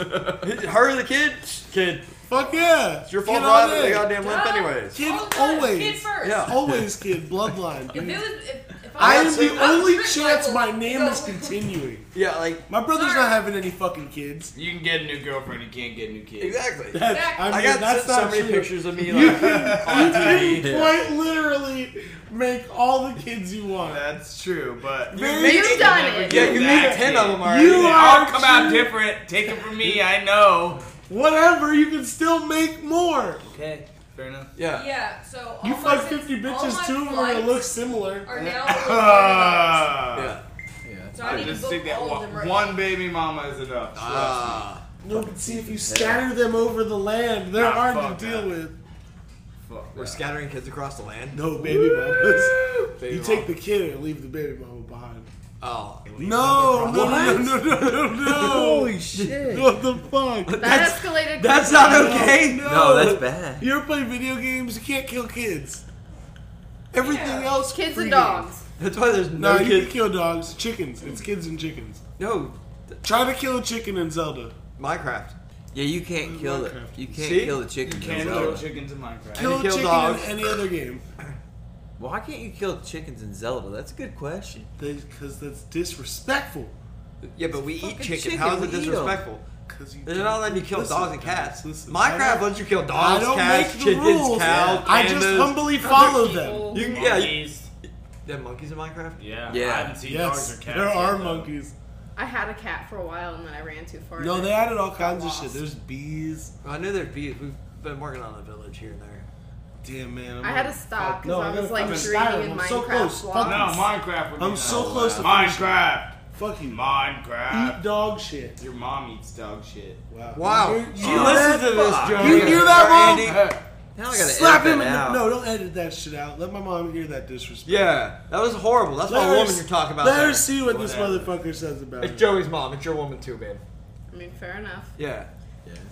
Speaker 2: her and the kid, kid.
Speaker 3: Fuck yeah.
Speaker 2: It's your
Speaker 3: Kid
Speaker 2: fault for
Speaker 3: on
Speaker 2: having the
Speaker 3: it.
Speaker 2: goddamn limp,
Speaker 4: Duh.
Speaker 2: anyways.
Speaker 3: Kid
Speaker 4: Oh, no,
Speaker 3: always.
Speaker 4: Kid first.
Speaker 2: Yeah.
Speaker 3: Always kid. Bloodline.
Speaker 4: If it
Speaker 3: dude.
Speaker 4: was, if, if
Speaker 3: I
Speaker 4: was
Speaker 3: am
Speaker 4: sick,
Speaker 3: the
Speaker 4: I would
Speaker 3: only
Speaker 4: drink
Speaker 3: chance
Speaker 4: Bible.
Speaker 3: my name
Speaker 4: So-
Speaker 3: is continuing.
Speaker 2: Yeah, like
Speaker 3: My brother's
Speaker 4: Sir.
Speaker 3: not having any fucking kids.
Speaker 6: You can get a new girlfriend. You can't get a new kid.
Speaker 2: exactly.
Speaker 3: That's,
Speaker 4: Exactly.
Speaker 3: I, mean,
Speaker 2: I got
Speaker 3: that's
Speaker 2: so-
Speaker 3: not
Speaker 2: so many
Speaker 3: true.
Speaker 2: pictures of me
Speaker 3: You
Speaker 2: like
Speaker 3: can, you
Speaker 2: on TV.
Speaker 3: can quite literally make all the kids you want.
Speaker 6: That's true, but
Speaker 7: You've done it.
Speaker 2: Yeah, you made
Speaker 6: Exactly.
Speaker 2: ten of them already.
Speaker 3: You
Speaker 6: They
Speaker 3: are
Speaker 6: all come out
Speaker 3: true.
Speaker 6: different. Take it from me. I know.
Speaker 3: Whatever, you can still make more.
Speaker 6: Okay, fair enough.
Speaker 2: Yeah.
Speaker 4: Yeah, so
Speaker 3: You
Speaker 4: all my
Speaker 3: fuck
Speaker 4: fits-
Speaker 3: 50
Speaker 4: all my
Speaker 3: bitches, two of them are gonna look
Speaker 4: flights
Speaker 3: similar.
Speaker 4: Are now recorded.
Speaker 6: Ah.
Speaker 4: so I
Speaker 6: I
Speaker 4: need
Speaker 6: just
Speaker 4: to
Speaker 6: think
Speaker 4: book
Speaker 6: that
Speaker 4: all of
Speaker 6: one,
Speaker 4: them right
Speaker 6: one
Speaker 4: now.
Speaker 6: baby mama is enough. So
Speaker 2: Ah.
Speaker 3: No, but see, if you scatter them over the land, they're
Speaker 6: Ah,
Speaker 3: hard
Speaker 6: fuck
Speaker 3: to deal
Speaker 6: that.
Speaker 3: with.
Speaker 6: fuck
Speaker 2: We're
Speaker 6: that.
Speaker 2: scattering kids across the land.
Speaker 3: No baby mamas.
Speaker 2: Baby
Speaker 3: you
Speaker 2: mama.
Speaker 3: take the kid and leave the baby mama behind.
Speaker 2: Oh.
Speaker 3: No, no, no, no, no, no, no. Holy
Speaker 5: shit.
Speaker 3: What the fuck?
Speaker 7: That escalated.
Speaker 2: That's not okay.
Speaker 5: No, that's bad.
Speaker 3: You ever play video games? You can't kill kids. Everything
Speaker 4: Yeah.
Speaker 3: else,
Speaker 7: Kids
Speaker 3: free
Speaker 7: and
Speaker 3: game.
Speaker 7: dogs.
Speaker 2: That's why there's
Speaker 3: No,
Speaker 2: no
Speaker 3: you can
Speaker 2: kids.
Speaker 3: kill dogs. Chickens. It's kids and chickens.
Speaker 2: No,
Speaker 3: Try to kill a chicken in Zelda.
Speaker 2: Minecraft.
Speaker 5: Yeah, you can't kill it.
Speaker 3: Minecraft.
Speaker 5: You can't
Speaker 2: See?
Speaker 5: kill the chicken.
Speaker 6: Can't
Speaker 5: in
Speaker 6: kill
Speaker 5: Zelda.
Speaker 6: chickens in Minecraft.
Speaker 3: Kill a
Speaker 2: kill
Speaker 3: chicken
Speaker 2: dogs.
Speaker 3: in any other game.
Speaker 5: Why can't you kill chickens in Zelda? That's a good question.
Speaker 3: Because that's disrespectful.
Speaker 2: Yeah, but we eat
Speaker 5: fucking
Speaker 2: chicken.
Speaker 5: chicken,
Speaker 2: How is
Speaker 5: we
Speaker 2: it
Speaker 5: eat 'em.
Speaker 2: disrespectful?
Speaker 3: Cause you
Speaker 2: They're
Speaker 3: don't-
Speaker 2: not letting you kill
Speaker 3: Listen,
Speaker 2: dogs and
Speaker 3: guys,
Speaker 2: cats.
Speaker 3: listen. I
Speaker 2: Minecraft
Speaker 3: don't-
Speaker 2: lets you kill
Speaker 3: I
Speaker 2: dogs,
Speaker 3: don't
Speaker 2: cats,
Speaker 3: make the
Speaker 2: chickens,
Speaker 3: rules.
Speaker 2: cows,
Speaker 3: I just
Speaker 2: pandas.
Speaker 3: humbly follow them.
Speaker 4: People-
Speaker 2: You can, yeah, you,
Speaker 6: Monkeys.
Speaker 2: they have monkeys in Minecraft.
Speaker 6: Yeah.
Speaker 5: Yeah.
Speaker 6: I haven't seen
Speaker 3: Yes,
Speaker 6: dogs or cats.
Speaker 3: there
Speaker 6: yet,
Speaker 3: are
Speaker 6: though.
Speaker 3: monkeys.
Speaker 7: I had a cat for a while and then I ran too far.
Speaker 3: No,
Speaker 7: and
Speaker 3: they
Speaker 7: it
Speaker 3: added all
Speaker 7: got
Speaker 3: kinds of shit.
Speaker 7: lost.
Speaker 3: There's bees.
Speaker 2: I know there's bees. We've been working on a village here and there.
Speaker 3: Damn man. I'm
Speaker 7: I had
Speaker 3: like,
Speaker 7: to stop
Speaker 3: fuck,
Speaker 7: because I was
Speaker 3: gotta
Speaker 7: like
Speaker 3: fucking
Speaker 7: dreaming in
Speaker 3: styrofoam. So
Speaker 7: Minecraft.
Speaker 3: close.
Speaker 7: blocks.
Speaker 6: No, Minecraft. Would be
Speaker 3: I'm
Speaker 6: nice.
Speaker 3: so close to
Speaker 6: Minecraft.
Speaker 3: Fucking
Speaker 6: Minecraft.
Speaker 3: eat dog shit.
Speaker 6: Your mom eats dog shit.
Speaker 3: Wow.
Speaker 2: Wow.
Speaker 3: You,
Speaker 2: She
Speaker 3: you
Speaker 2: listens to this,
Speaker 3: fuck.
Speaker 2: Joe.
Speaker 3: You hear that, mom?
Speaker 5: Now I gotta
Speaker 3: Slap him.
Speaker 5: edit
Speaker 3: In
Speaker 5: that
Speaker 3: the,
Speaker 5: out.
Speaker 3: no, don't edit that shit out. Let my mom hear that disrespect.
Speaker 2: Yeah, that was horrible. That's
Speaker 3: Let
Speaker 2: my
Speaker 3: her
Speaker 2: woman
Speaker 3: s-
Speaker 2: you're talking about.
Speaker 3: Let
Speaker 2: there.
Speaker 3: her see what this
Speaker 6: Whatever.
Speaker 3: motherfucker says about
Speaker 2: It's
Speaker 3: it.
Speaker 2: Joey's mom. It's your woman too, man.
Speaker 7: I mean, fair enough.
Speaker 2: Yeah.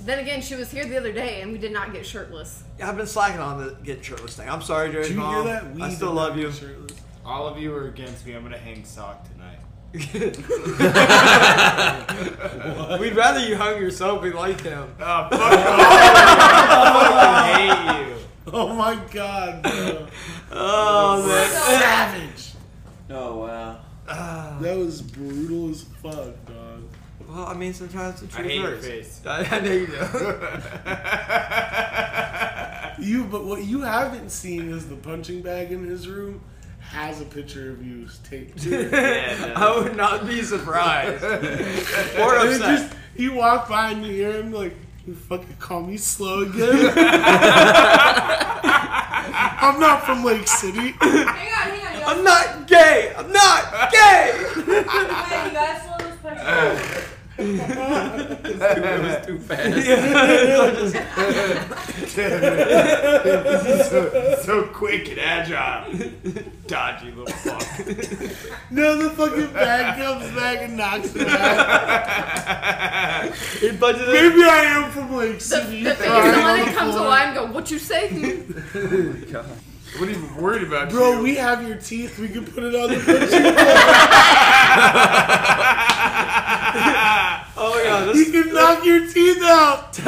Speaker 7: Then again, she was here the other day and we did not get shirtless.
Speaker 2: I've been slacking on the get shirtless thing. I'm sorry, Joey's
Speaker 3: Do you hear
Speaker 2: mom.
Speaker 3: that? We
Speaker 2: I still
Speaker 3: did
Speaker 2: love
Speaker 3: not
Speaker 2: you.
Speaker 3: get shirtless.
Speaker 6: All of you are against me. I'm gonna hang sock tonight.
Speaker 2: We'd rather you hung yourself. We like him.
Speaker 6: Oh, fuck I fucking hate you.
Speaker 3: Oh my god, bro.
Speaker 2: Oh man.
Speaker 3: savage.
Speaker 5: Oh wow.
Speaker 2: Oh.
Speaker 3: That was brutal as fuck, dog.
Speaker 2: Well, I mean, sometimes the
Speaker 6: I
Speaker 2: truth
Speaker 6: hate your
Speaker 2: hurts.
Speaker 6: face.
Speaker 2: I, I know you do.
Speaker 3: You, but what you haven't seen is the punching bag in his room has a picture of you taped to it.
Speaker 6: Yeah,
Speaker 2: I would not be surprised or
Speaker 3: And it
Speaker 2: upset.
Speaker 3: just you walk by and you hear him like, "You fucking call me slow again." I'm not from Lake City.
Speaker 4: Hang on, hang on, y'all.
Speaker 2: I'm not gay. I'm not gay.
Speaker 4: Wait, you guys saw this picture?
Speaker 5: It was too fast.
Speaker 6: so, so quick and agile. Dodgy little fuck.
Speaker 3: No, the fucking bag comes back and knocks it out.
Speaker 2: He budgeted.
Speaker 3: Maybe I am from Lake
Speaker 7: The,
Speaker 3: City. Oh,
Speaker 7: the
Speaker 3: Alright,
Speaker 7: someone
Speaker 3: on
Speaker 7: that
Speaker 3: the
Speaker 7: comes
Speaker 3: floor.
Speaker 7: alive and go, what you say?
Speaker 6: What are you worried about?
Speaker 3: Bro,
Speaker 6: you?
Speaker 3: we have your teeth. We can put it on the picture.
Speaker 2: Oh my god, this
Speaker 3: You can knock your teeth out.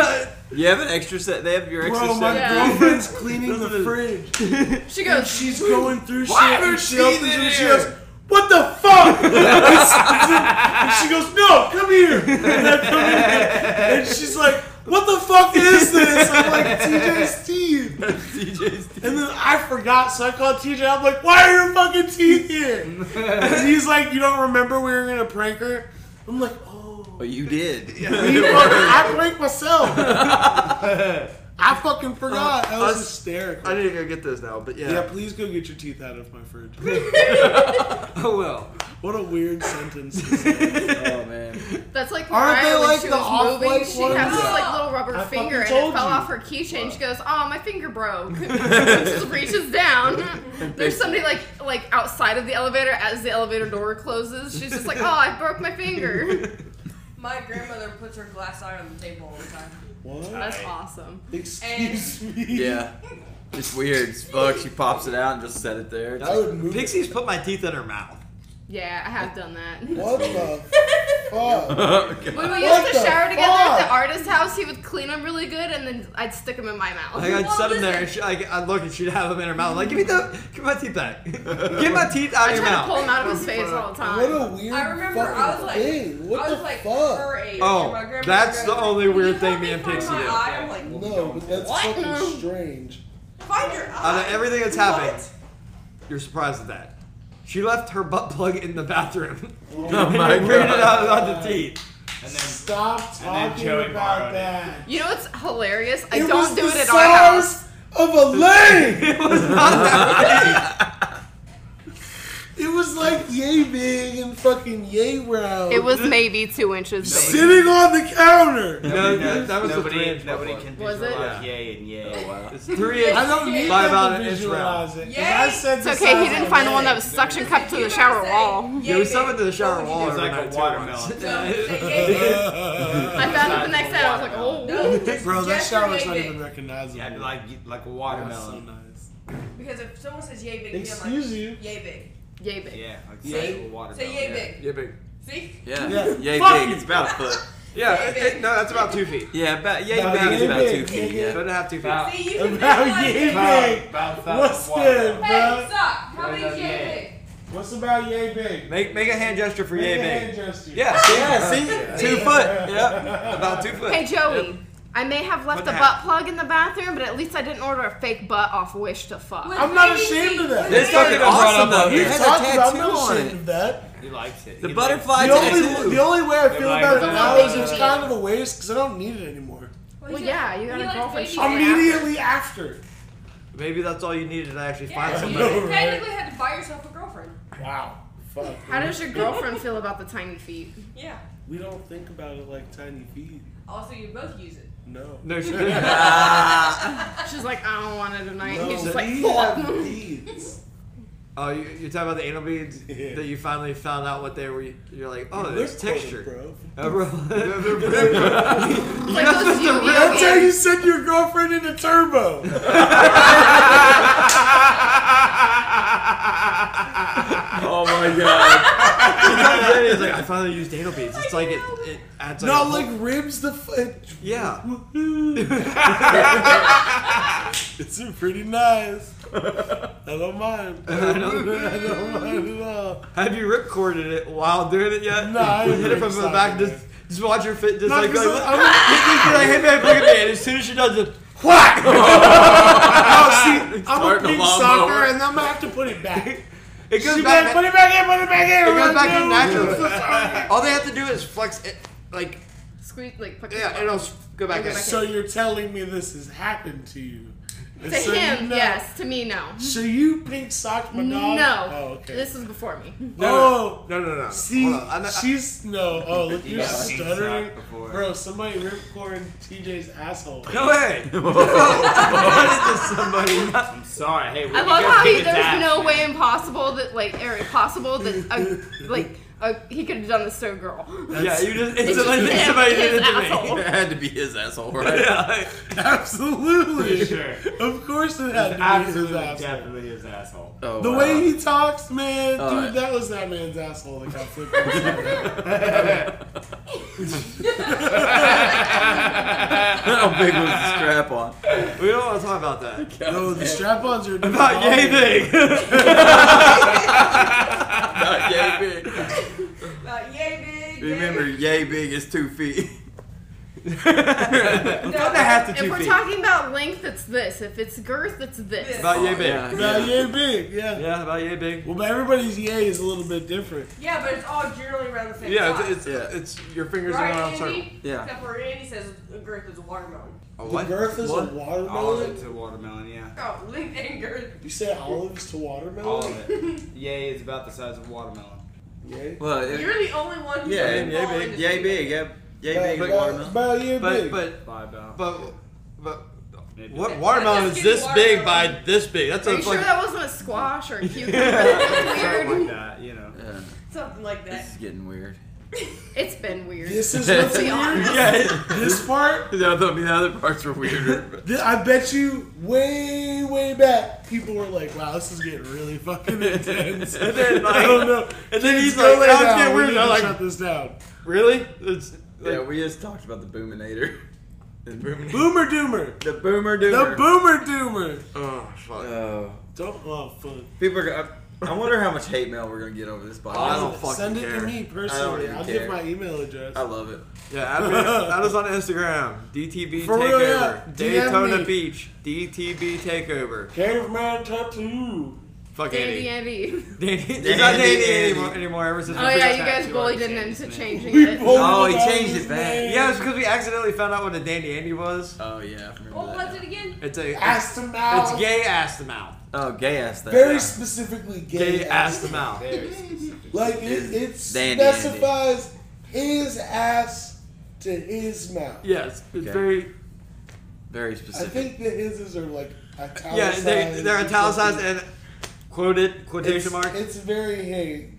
Speaker 1: You have an extra set. They have your extra
Speaker 3: Bro, my
Speaker 1: set.
Speaker 7: Yeah.
Speaker 3: girlfriend's cleaning the
Speaker 2: Listen.
Speaker 3: fridge.
Speaker 7: She goes,
Speaker 3: She's going through shit.
Speaker 6: Why are
Speaker 3: and
Speaker 6: there
Speaker 3: she opens
Speaker 6: teeth
Speaker 3: it
Speaker 6: in
Speaker 3: and she
Speaker 6: here?
Speaker 3: goes, What the fuck? and she goes, No, come here. And I come in here. And she's like, What the fuck is this? I'm like, TJ's teeth.
Speaker 1: TJ's teeth.
Speaker 3: And then I forgot, so I called TJ. I'm like, Why are your fucking teeth here? And he's like, You don't remember we were going to prank her? I'm like, Oh.
Speaker 1: But you did.
Speaker 3: Me fucking, I pranked myself. I fucking forgot. That was
Speaker 2: Us-
Speaker 3: hysterical.
Speaker 2: I need to go get those now, but yeah.
Speaker 3: Yeah, please go get your teeth out of my fridge.
Speaker 2: I will.
Speaker 3: What a weird sentence.
Speaker 1: Oh man.
Speaker 7: that's like
Speaker 3: Aren't
Speaker 7: Mariah
Speaker 3: they
Speaker 7: when
Speaker 3: like
Speaker 7: she
Speaker 3: the
Speaker 7: was moving,
Speaker 3: off-white
Speaker 7: she
Speaker 3: ones?
Speaker 7: has this
Speaker 4: Yeah.
Speaker 7: like little rubber
Speaker 3: I fucking
Speaker 7: finger and it fell
Speaker 3: told you.
Speaker 7: off her keychain. She goes, oh, my finger broke. just reaches down. There's somebody like like outside of the elevator as the elevator door closes. She's just like, oh, I broke my finger.
Speaker 4: My grandmother puts her glass eye on the table all the time.
Speaker 3: what?
Speaker 7: That's awesome.
Speaker 3: Excuse me.
Speaker 1: Yeah. It's weird as fuck. She pops it out and just set it there.
Speaker 3: I would move.
Speaker 2: Pixie's put my teeth in her mouth.
Speaker 7: Yeah, I have done that.
Speaker 3: What the fuck?
Speaker 7: When we
Speaker 3: What
Speaker 7: used to
Speaker 3: the
Speaker 7: shower together at
Speaker 3: fuck?
Speaker 7: the artist's house, he would clean them really good, and then I'd stick them in my mouth.
Speaker 2: Like I'd
Speaker 4: Well,
Speaker 2: set them there,
Speaker 4: listen.
Speaker 2: and she, like, I'd look, and she'd have them in her mouth. Like, give me the, give my teeth back. Give my teeth out
Speaker 7: I
Speaker 2: of your
Speaker 7: tried to pull
Speaker 2: mouth.
Speaker 7: them out of his face all the
Speaker 3: What a
Speaker 7: time.
Speaker 3: weird
Speaker 4: I remember I was
Speaker 3: fucking
Speaker 4: like,
Speaker 3: thing. What
Speaker 4: I was
Speaker 3: the
Speaker 4: like
Speaker 3: fuck?
Speaker 4: her age.
Speaker 2: Oh,
Speaker 4: and my grandmother
Speaker 2: that's the
Speaker 4: goes,
Speaker 2: only
Speaker 4: "Can you
Speaker 2: weird thing
Speaker 4: help
Speaker 2: me and
Speaker 4: find
Speaker 2: Pixie
Speaker 4: my
Speaker 2: did."
Speaker 4: eye?" I'm like,
Speaker 3: No, but that's
Speaker 4: What?
Speaker 3: fucking strange.
Speaker 4: find your eye.
Speaker 2: Out of everything that's happened,
Speaker 4: What?
Speaker 2: you're surprised at that. She left her butt plug in the bathroom.
Speaker 1: Oh my
Speaker 2: and weirded
Speaker 1: god.
Speaker 2: out about the teeth.
Speaker 6: And then
Speaker 3: Stop
Speaker 6: then
Speaker 3: talking
Speaker 6: Joey
Speaker 3: about
Speaker 6: borrowed it.
Speaker 3: that.
Speaker 7: You know what's hilarious? I
Speaker 3: it was
Speaker 7: don't do
Speaker 3: the
Speaker 7: it at our house.
Speaker 3: size of a leg.
Speaker 2: It was not that
Speaker 3: it was like yay big and fucking yay round.
Speaker 7: It was maybe two inches big.
Speaker 3: sitting on the counter.
Speaker 2: No,
Speaker 6: nobody-
Speaker 2: no, that was the
Speaker 6: nobody,
Speaker 2: three-inch
Speaker 6: nobody
Speaker 2: one.
Speaker 6: can
Speaker 7: Was it?
Speaker 6: visualize yay and yay.
Speaker 2: big. It's three inches.
Speaker 3: I don't need
Speaker 2: By
Speaker 3: them
Speaker 2: about
Speaker 3: to
Speaker 2: an inch
Speaker 3: visualize it. 'cause I
Speaker 4: Yay.
Speaker 3: said
Speaker 7: It's
Speaker 3: the
Speaker 7: okay, he
Speaker 3: size
Speaker 7: didn't
Speaker 3: of
Speaker 7: find the
Speaker 3: a
Speaker 7: one that
Speaker 3: leg.
Speaker 7: was suction cup to the shower wall.
Speaker 2: Yeah, we summoned to the shower wall.
Speaker 6: It's
Speaker 2: every
Speaker 6: like a
Speaker 2: night, too,
Speaker 6: watermelon.
Speaker 2: once.
Speaker 7: I found it the next day. I was like, oh.
Speaker 3: Bro, that shower's not even recognizable.
Speaker 6: Yeah, like
Speaker 3: That's
Speaker 6: like a
Speaker 3: so
Speaker 6: watermelon.
Speaker 3: nice.
Speaker 4: Because if someone says yay big,
Speaker 3: Excuse
Speaker 4: me, I'm
Speaker 3: you.
Speaker 4: like, yay big.
Speaker 7: Yay big.
Speaker 6: Yeah, like
Speaker 4: Yeah.
Speaker 6: actual watermelon.
Speaker 4: Say yay
Speaker 6: yeah.
Speaker 4: big.
Speaker 2: Yeah, big.
Speaker 4: See?
Speaker 1: Yeah.
Speaker 3: Yeah.
Speaker 1: Yay
Speaker 3: Fuck
Speaker 1: big.
Speaker 3: you.
Speaker 1: It's about a foot.
Speaker 2: Yeah, it, it, no, that's about two feet.
Speaker 1: Yeah, about yay
Speaker 3: About
Speaker 1: big is
Speaker 3: yay
Speaker 1: about two
Speaker 3: big,
Speaker 1: feet.
Speaker 3: nigga.
Speaker 1: Yeah.
Speaker 2: Two and a half, two feet.
Speaker 6: About-
Speaker 4: See, you can
Speaker 3: About
Speaker 4: visualize
Speaker 3: yay
Speaker 4: it.
Speaker 3: big.
Speaker 6: About that
Speaker 3: What's
Speaker 6: watermelon.
Speaker 3: good,
Speaker 4: Hey,
Speaker 3: bro?
Speaker 4: suck. How
Speaker 6: Yeah,
Speaker 4: many
Speaker 6: that's
Speaker 4: is yay
Speaker 3: What's about yay big?
Speaker 2: Make make a hand gesture for yay
Speaker 3: Make a
Speaker 2: big.
Speaker 3: hand gesture.
Speaker 2: Yeah, see, Uh,
Speaker 1: Yeah, see? Two foot. Yep.
Speaker 2: about two foot.
Speaker 7: Hey, Joey. I may have left
Speaker 2: What
Speaker 7: the
Speaker 2: the
Speaker 7: butt plug in the bathroom, but at least I didn't order a fake butt off Wish to fuck.
Speaker 4: big?
Speaker 3: I'm not ashamed of that.
Speaker 1: It's fucking
Speaker 2: Brought
Speaker 1: awesome
Speaker 2: up
Speaker 1: though.
Speaker 2: on
Speaker 1: It
Speaker 3: You
Speaker 1: has
Speaker 3: talked
Speaker 1: a
Speaker 3: about
Speaker 1: tattoo
Speaker 3: no
Speaker 1: on
Speaker 3: shit
Speaker 1: it.
Speaker 3: of that.
Speaker 6: He likes it.
Speaker 1: The
Speaker 6: He
Speaker 1: butterfly
Speaker 3: The
Speaker 1: tattoo.
Speaker 3: only, the only way I feel
Speaker 6: like
Speaker 3: about it
Speaker 6: that.
Speaker 3: now is it's
Speaker 7: Baby.
Speaker 3: kind of a waste because I don't need it anymore.
Speaker 7: Well, yeah, you got a girlfriend. She
Speaker 4: I'm
Speaker 7: may have-
Speaker 3: Immediately after.
Speaker 2: Maybe that's all you needed to actually find
Speaker 4: Yeah, you
Speaker 2: somebody.
Speaker 3: somebody.
Speaker 4: technically had to buy yourself a girlfriend.
Speaker 3: Wow. Fuck.
Speaker 7: How does your girlfriend feel about the tiny feet?
Speaker 4: Yeah.
Speaker 3: We don't think about it like tiny feet.
Speaker 4: Also, you both use it.
Speaker 3: No.
Speaker 2: No, she didn't.
Speaker 7: She's like, I don't want it tonight.
Speaker 3: No,
Speaker 7: He's just like,
Speaker 3: we
Speaker 7: fuck.
Speaker 3: have beads.
Speaker 2: Oh, you, you're talking about the anal beads
Speaker 3: Yeah.
Speaker 2: that you finally found out what they were. You're like, oh,
Speaker 3: Lip
Speaker 2: there's
Speaker 3: coated,
Speaker 2: texture.
Speaker 3: bro.
Speaker 2: Uh, bro.
Speaker 7: It's like those Yu-Gi-Oh
Speaker 3: That's how
Speaker 7: games.
Speaker 3: you send your girlfriend into turbo.
Speaker 1: Oh my god.
Speaker 2: It's like, I finally used anal beads. It's like it, it adds like. a
Speaker 3: Not
Speaker 2: whole-
Speaker 3: like ribs the. F- uh, it-
Speaker 2: yeah.
Speaker 3: it's pretty nice. I don't mind. I don't, I don't mind at all.
Speaker 2: Have you ripcorded it while doing it yet?
Speaker 3: No, I
Speaker 2: You hit it
Speaker 3: haven't
Speaker 2: from the back.
Speaker 3: stopped it.
Speaker 2: Just, just watch her fit. Just
Speaker 3: No,
Speaker 2: like,
Speaker 3: 'cause
Speaker 2: like,
Speaker 3: I'm- I'm-
Speaker 2: You're like, hey man, look at me. And as soon as she does it, whack!
Speaker 3: Oh, see, I'm a
Speaker 1: Starting a
Speaker 3: big
Speaker 1: lawnmower.
Speaker 3: sucker, and I'm gonna have to put it back.
Speaker 2: It
Speaker 3: She
Speaker 2: goes
Speaker 3: better
Speaker 2: back.
Speaker 3: put it back in, put it back in.
Speaker 2: it goes back in
Speaker 3: no.
Speaker 2: naturally. All they have to do is flex it, like
Speaker 7: Squeeze, like, fuck
Speaker 2: yeah, and it'll s- go back in.
Speaker 7: Okay.
Speaker 3: So you're telling me this has happened to you?
Speaker 7: To
Speaker 3: So you
Speaker 7: him,
Speaker 3: know-
Speaker 7: yes. To me, no.
Speaker 3: So you pink socked my dog?
Speaker 7: No.
Speaker 3: Oh, okay.
Speaker 7: This was before me.
Speaker 3: oh,
Speaker 2: No, no, no.
Speaker 3: see,
Speaker 2: Hold on, I know-
Speaker 3: she's no. Oh, look, you're
Speaker 6: Yeah.
Speaker 3: stuttering,
Speaker 6: Socked before.
Speaker 3: bro. Somebody ripped corn TJ's asshole.
Speaker 2: no way.
Speaker 6: I'm sorry. Hey, we
Speaker 7: I
Speaker 6: can
Speaker 7: love
Speaker 6: go
Speaker 7: how
Speaker 6: kick
Speaker 7: he,
Speaker 6: his
Speaker 7: there's
Speaker 6: ass.
Speaker 7: no way impossible that like or impossible that a, like a, he could have done this to a girl.
Speaker 2: Yeah, you just
Speaker 7: It's
Speaker 2: instantly
Speaker 7: just
Speaker 2: think
Speaker 7: him,
Speaker 2: somebody
Speaker 7: his
Speaker 2: did it to
Speaker 7: asshole.
Speaker 2: me.
Speaker 1: It had to be his asshole, right?
Speaker 2: Yeah.
Speaker 3: Absolutely.
Speaker 6: Sure.
Speaker 3: Of course it had to be his
Speaker 6: Absolutely,
Speaker 3: asshole.
Speaker 6: definitely his asshole.
Speaker 1: Oh,
Speaker 3: The
Speaker 1: wow.
Speaker 3: way he talks, man,
Speaker 1: Oh,
Speaker 3: dude,
Speaker 1: yeah.
Speaker 3: that was that man's asshole that got flipped. upside down.
Speaker 1: How big was the strap on?
Speaker 2: We don't want to talk about that.
Speaker 3: no, the strap-ons are
Speaker 2: About yay big.
Speaker 1: Not yay big.
Speaker 4: About yay big. yay
Speaker 1: Remember,
Speaker 4: big.
Speaker 1: yay big is two feet.
Speaker 2: I'm gonna have to
Speaker 7: If
Speaker 2: two
Speaker 7: we're
Speaker 2: feet.
Speaker 7: talking about length, it's this. If it's girth, it's this.
Speaker 4: This.
Speaker 2: About yay big.
Speaker 1: Yeah,
Speaker 3: About
Speaker 1: yeah.
Speaker 3: yay big, yeah.
Speaker 2: Yeah, about yay big.
Speaker 3: Well, but everybody's yay is a little bit different.
Speaker 4: Yeah, but it's all generally around the same
Speaker 2: Yeah,
Speaker 4: size.
Speaker 2: it's, it's,
Speaker 1: Yeah.
Speaker 2: it's your fingers
Speaker 4: right,
Speaker 2: are on a circle.
Speaker 4: Andy?
Speaker 1: Yeah.
Speaker 4: Except for Andy says a girth is a watermelon.
Speaker 2: Oh,
Speaker 6: A
Speaker 3: The girth is a
Speaker 6: All of
Speaker 3: watermelon.
Speaker 6: it to watermelon, yeah.
Speaker 4: Oh, length and girth.
Speaker 3: You say olives to watermelon?
Speaker 6: All of it. Yay is about the size of watermelon.
Speaker 3: Yay.
Speaker 1: Well, it,
Speaker 4: You're the only one who's
Speaker 1: Uh, yeah,
Speaker 4: been
Speaker 1: yay
Speaker 4: involved in
Speaker 1: big,
Speaker 4: this
Speaker 1: yay
Speaker 4: meeting.
Speaker 1: big, yep, yay big
Speaker 3: About-
Speaker 1: is watermelon.
Speaker 3: About yay
Speaker 2: But
Speaker 3: big.
Speaker 2: but
Speaker 6: Five pounds.
Speaker 2: but but
Speaker 6: Maybe.
Speaker 2: what
Speaker 4: Yeah,
Speaker 2: watermelon is
Speaker 4: skinny
Speaker 2: this big by
Speaker 4: watermelon.
Speaker 2: this big? That's
Speaker 7: Are
Speaker 2: a
Speaker 7: you sure
Speaker 2: fucking
Speaker 7: that wasn't a squash or a cucumber? That's
Speaker 6: Something like
Speaker 7: weird.
Speaker 6: that, you know.
Speaker 1: Yeah,
Speaker 4: Something like that.
Speaker 1: this is getting weird.
Speaker 7: It's been weird.
Speaker 3: this is what's
Speaker 7: Be
Speaker 3: weird.
Speaker 7: honest.
Speaker 1: Yeah,
Speaker 3: This part,
Speaker 1: the other, I mean, the other parts were weirder. But.
Speaker 3: th- I bet you, way way back, people were like, "Wow, this is getting really fucking intense."
Speaker 2: And then, like-
Speaker 3: I don't know.
Speaker 2: And then he's
Speaker 3: Just go
Speaker 2: like,
Speaker 3: lay
Speaker 2: "Oh, it's
Speaker 3: down.
Speaker 2: getting
Speaker 3: We
Speaker 2: weird."
Speaker 3: need
Speaker 2: I'm
Speaker 3: to
Speaker 2: like,
Speaker 3: shut this down.
Speaker 2: really? It's
Speaker 1: Yeah, we just talked about the Boominator. The Boominator.
Speaker 3: Boomer doomer.
Speaker 1: The Boomer
Speaker 3: The
Speaker 1: Doomer.
Speaker 3: boomer doomer.
Speaker 2: oh fuck.
Speaker 1: Oh.
Speaker 3: Don't oh fuck.
Speaker 1: people are. gonna- I wonder how much hate mail we're gonna get over this
Speaker 2: I
Speaker 1: podcast.
Speaker 2: don't fucking
Speaker 3: Send it
Speaker 2: care.
Speaker 3: to me personally.
Speaker 1: even
Speaker 3: I'll
Speaker 1: care.
Speaker 3: give my email address.
Speaker 1: I love it.
Speaker 2: Yeah, add, me, add us on Instagram. DTB
Speaker 3: For real, yeah.
Speaker 2: Takeover.
Speaker 3: DM
Speaker 2: Daytona
Speaker 3: me.
Speaker 2: Beach. DTB Takeover.
Speaker 3: Caveman tattoo.
Speaker 2: Fuck
Speaker 7: Dandy
Speaker 2: Andy.
Speaker 7: Andy.
Speaker 2: Danny. He's not
Speaker 1: Dandy
Speaker 2: Danny
Speaker 1: Andy.
Speaker 2: anymore, anymore ever since
Speaker 7: Oh
Speaker 2: we
Speaker 7: yeah,
Speaker 2: figured
Speaker 7: you
Speaker 2: out-
Speaker 7: guys
Speaker 6: you
Speaker 7: bullied
Speaker 6: already
Speaker 7: him
Speaker 6: changed
Speaker 7: into
Speaker 6: his
Speaker 7: changing
Speaker 3: We
Speaker 7: it.
Speaker 3: both
Speaker 1: Oh, he
Speaker 3: got
Speaker 1: changed
Speaker 3: his
Speaker 1: it back.
Speaker 3: name.
Speaker 2: Yeah, it's because we accidentally found out what a Dandy Andy was.
Speaker 1: Oh yeah, I remember
Speaker 4: What
Speaker 1: that.
Speaker 4: was it again?
Speaker 2: It's a it's,
Speaker 3: Ass to mouth.
Speaker 2: gay ass to mouth.
Speaker 1: Oh, gay ass thing.
Speaker 3: Very specifically gay.
Speaker 2: Gay
Speaker 3: ass.
Speaker 2: ass to mouth.
Speaker 6: Very specific.
Speaker 3: Like it, it
Speaker 1: Dandy Andy.
Speaker 3: specifies his ass to his mouth.
Speaker 2: Yes, it's
Speaker 1: Okay.
Speaker 2: very.
Speaker 1: Very
Speaker 3: I
Speaker 1: specific.
Speaker 3: think the hises are like italicized.
Speaker 2: Yeah, they, they're
Speaker 3: or
Speaker 2: italicized
Speaker 3: something.
Speaker 2: and quoted quotation
Speaker 3: it's,
Speaker 2: mark.
Speaker 3: It's very hey.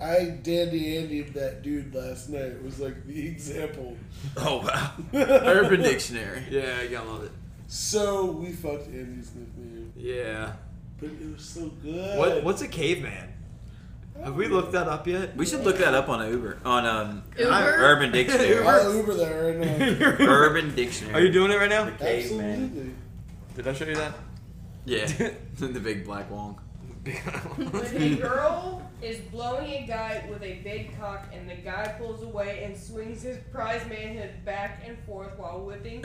Speaker 3: I dandy Andy that dude last night It was like the example.
Speaker 1: Oh wow. Urban Dictionary.
Speaker 2: yeah, you gotta love it.
Speaker 3: So we fucked Andy's nickname,
Speaker 2: Yeah.
Speaker 3: but it was so good.
Speaker 2: What what's a caveman? Have we looked that up yet?
Speaker 1: We should look that up on Uber. On um,
Speaker 7: Uber?
Speaker 1: Urban Dictionary.
Speaker 3: I'll Uber there right now.
Speaker 1: Urban Dictionary.
Speaker 2: Are you doing it right now?
Speaker 3: Absolutely.
Speaker 2: Did I show you that?
Speaker 1: Yeah. the big black wong.
Speaker 4: When a girl is blowing a guy with a big cock and the guy pulls away and swings his prize manhood back and forth while whipping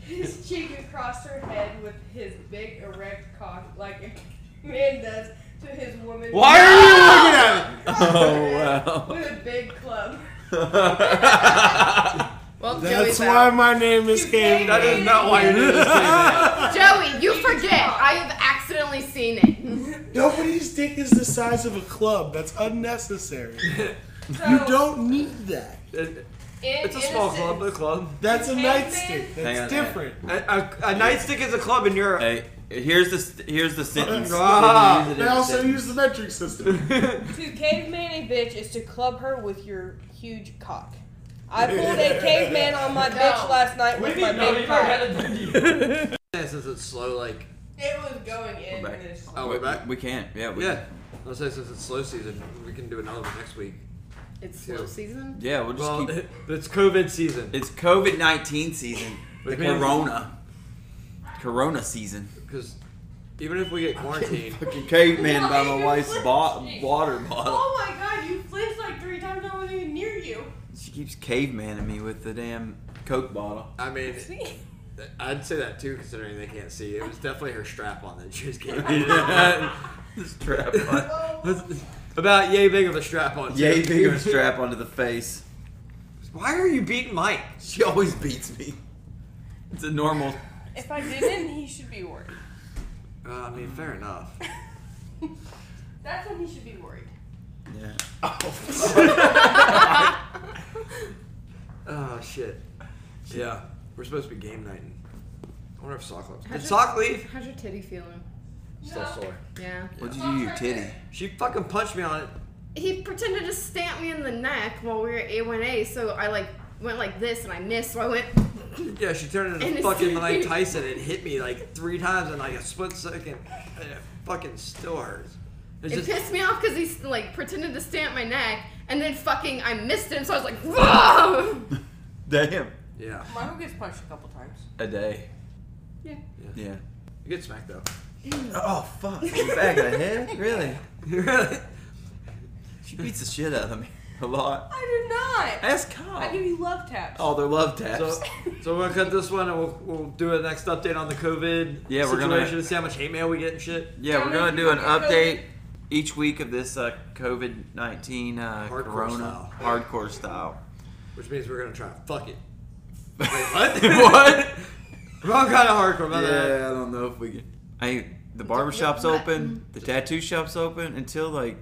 Speaker 4: his cheek across her head with his big erect cock like a man does to his woman.
Speaker 2: Why are you looking at me?
Speaker 1: Oh, wow.
Speaker 4: With a big club.
Speaker 7: Well,
Speaker 3: That's
Speaker 7: Joey's
Speaker 3: why
Speaker 7: out.
Speaker 3: my name is
Speaker 4: You
Speaker 3: Cam.
Speaker 4: That is not why
Speaker 2: you're doing this
Speaker 7: Joey, you forget. I have accidentally seen it.
Speaker 3: Nobody's dick is the size of a club. That's unnecessary.
Speaker 4: So,
Speaker 3: You don't need that.
Speaker 2: caveman.
Speaker 4: in
Speaker 2: It's a small
Speaker 4: innocence-
Speaker 2: club, a club.
Speaker 3: That's a
Speaker 4: Hey,
Speaker 3: nightstick.
Speaker 1: man.
Speaker 3: That's
Speaker 1: Hang on,
Speaker 3: different.
Speaker 2: A, a, a nightstick is a club in Europe.
Speaker 1: Hey, here's the st- here's the sentence.
Speaker 3: Oh,
Speaker 2: Ah,
Speaker 1: Use it
Speaker 3: They
Speaker 1: as a
Speaker 3: also
Speaker 1: sentence.
Speaker 3: use the metric system.
Speaker 4: To caveman a bitch is to club her with your huge cock. I pulled a caveman on my bitch last night with my big cock.
Speaker 2: Yeah, since it's slow, like
Speaker 4: It was going in.
Speaker 1: We're back.
Speaker 4: this-
Speaker 2: oh, we're back.
Speaker 1: We can't. Yeah. We,
Speaker 2: Yeah, let's say since it's slow season, we can do another one next week.
Speaker 7: It's slow season.
Speaker 1: Yeah. We'll just
Speaker 2: Well,
Speaker 1: keep.
Speaker 2: it's COVID season
Speaker 1: It's COVID nineteen season. The
Speaker 2: Which means-
Speaker 1: Corona. Corona season.
Speaker 2: because even if we get quarantined,
Speaker 1: Fucking caveman
Speaker 4: by my wife's bo- water
Speaker 1: bottle.
Speaker 4: Oh my god, you flinched like three times. I wasn't even near you.
Speaker 1: She keeps cavemaning me with the damn Coke bottle.
Speaker 2: I mean, I'd say that too, considering they can't see. It was definitely her strap on that she was getting.
Speaker 1: strap on.
Speaker 2: About yay big of a strap on. too.
Speaker 1: Yay, big of a strap onto the face.
Speaker 2: Why are you beating Mike?
Speaker 1: She always beats me. It's a normal.
Speaker 4: If I didn't, he should be worried.
Speaker 2: Uh, I mean, fair enough.
Speaker 4: That's when he should be worried.
Speaker 1: Yeah.
Speaker 2: Oh shit. Yeah, we're supposed to be game nighting. I wonder if sock left.
Speaker 7: How's
Speaker 2: Did
Speaker 7: your-
Speaker 2: sock leave?
Speaker 7: How's your titty feeling?
Speaker 2: Still
Speaker 4: No.
Speaker 2: sore.
Speaker 7: Yeah.
Speaker 5: What'd you do to your titty?
Speaker 2: She fucking punched me on it.
Speaker 7: He pretended to stamp me in the neck while we were at A1A, so I like went like this and I missed, so I went.
Speaker 2: Yeah, she turned into
Speaker 7: And it's-
Speaker 2: fucking Mike Tyson and hit me like three times in like a split second. And it fucking still hurts. It's
Speaker 7: It
Speaker 2: just
Speaker 7: pissed me off because he like pretended to stamp my neck, and then fucking I missed him, so I was like, whoa.
Speaker 1: Damn.
Speaker 2: yeah.
Speaker 8: Michael gets punched a couple times.
Speaker 1: A day.
Speaker 7: Yeah.
Speaker 1: Yeah.
Speaker 2: You get smacked though.
Speaker 5: Oh fuck! In the back of the head? Really?
Speaker 2: Really?
Speaker 1: She beats the shit out of me a lot.
Speaker 8: I do not.
Speaker 1: Ask Kyle.
Speaker 8: I give you love taps.
Speaker 1: All their love taps.
Speaker 2: so, so we're gonna cut this one and we'll, we'll do a next update on the COVID
Speaker 1: Yeah, we're
Speaker 2: situation
Speaker 1: gonna-
Speaker 2: and see how much hate mail we get and shit.
Speaker 1: yeah, we're
Speaker 8: How
Speaker 1: gonna
Speaker 8: many
Speaker 1: do an
Speaker 8: people get
Speaker 1: update each week of this uh, COVID nineteen uh,
Speaker 2: Hardcore
Speaker 1: Corona
Speaker 2: style.
Speaker 1: hardcore style.
Speaker 2: Which means we're gonna try to fuck it.
Speaker 1: what? what?
Speaker 2: Wrong kind of hardcore, my bad.
Speaker 1: Yeah, I don't know if we can. I the barber shop's
Speaker 7: what?
Speaker 1: open, the tattoo shop's open until like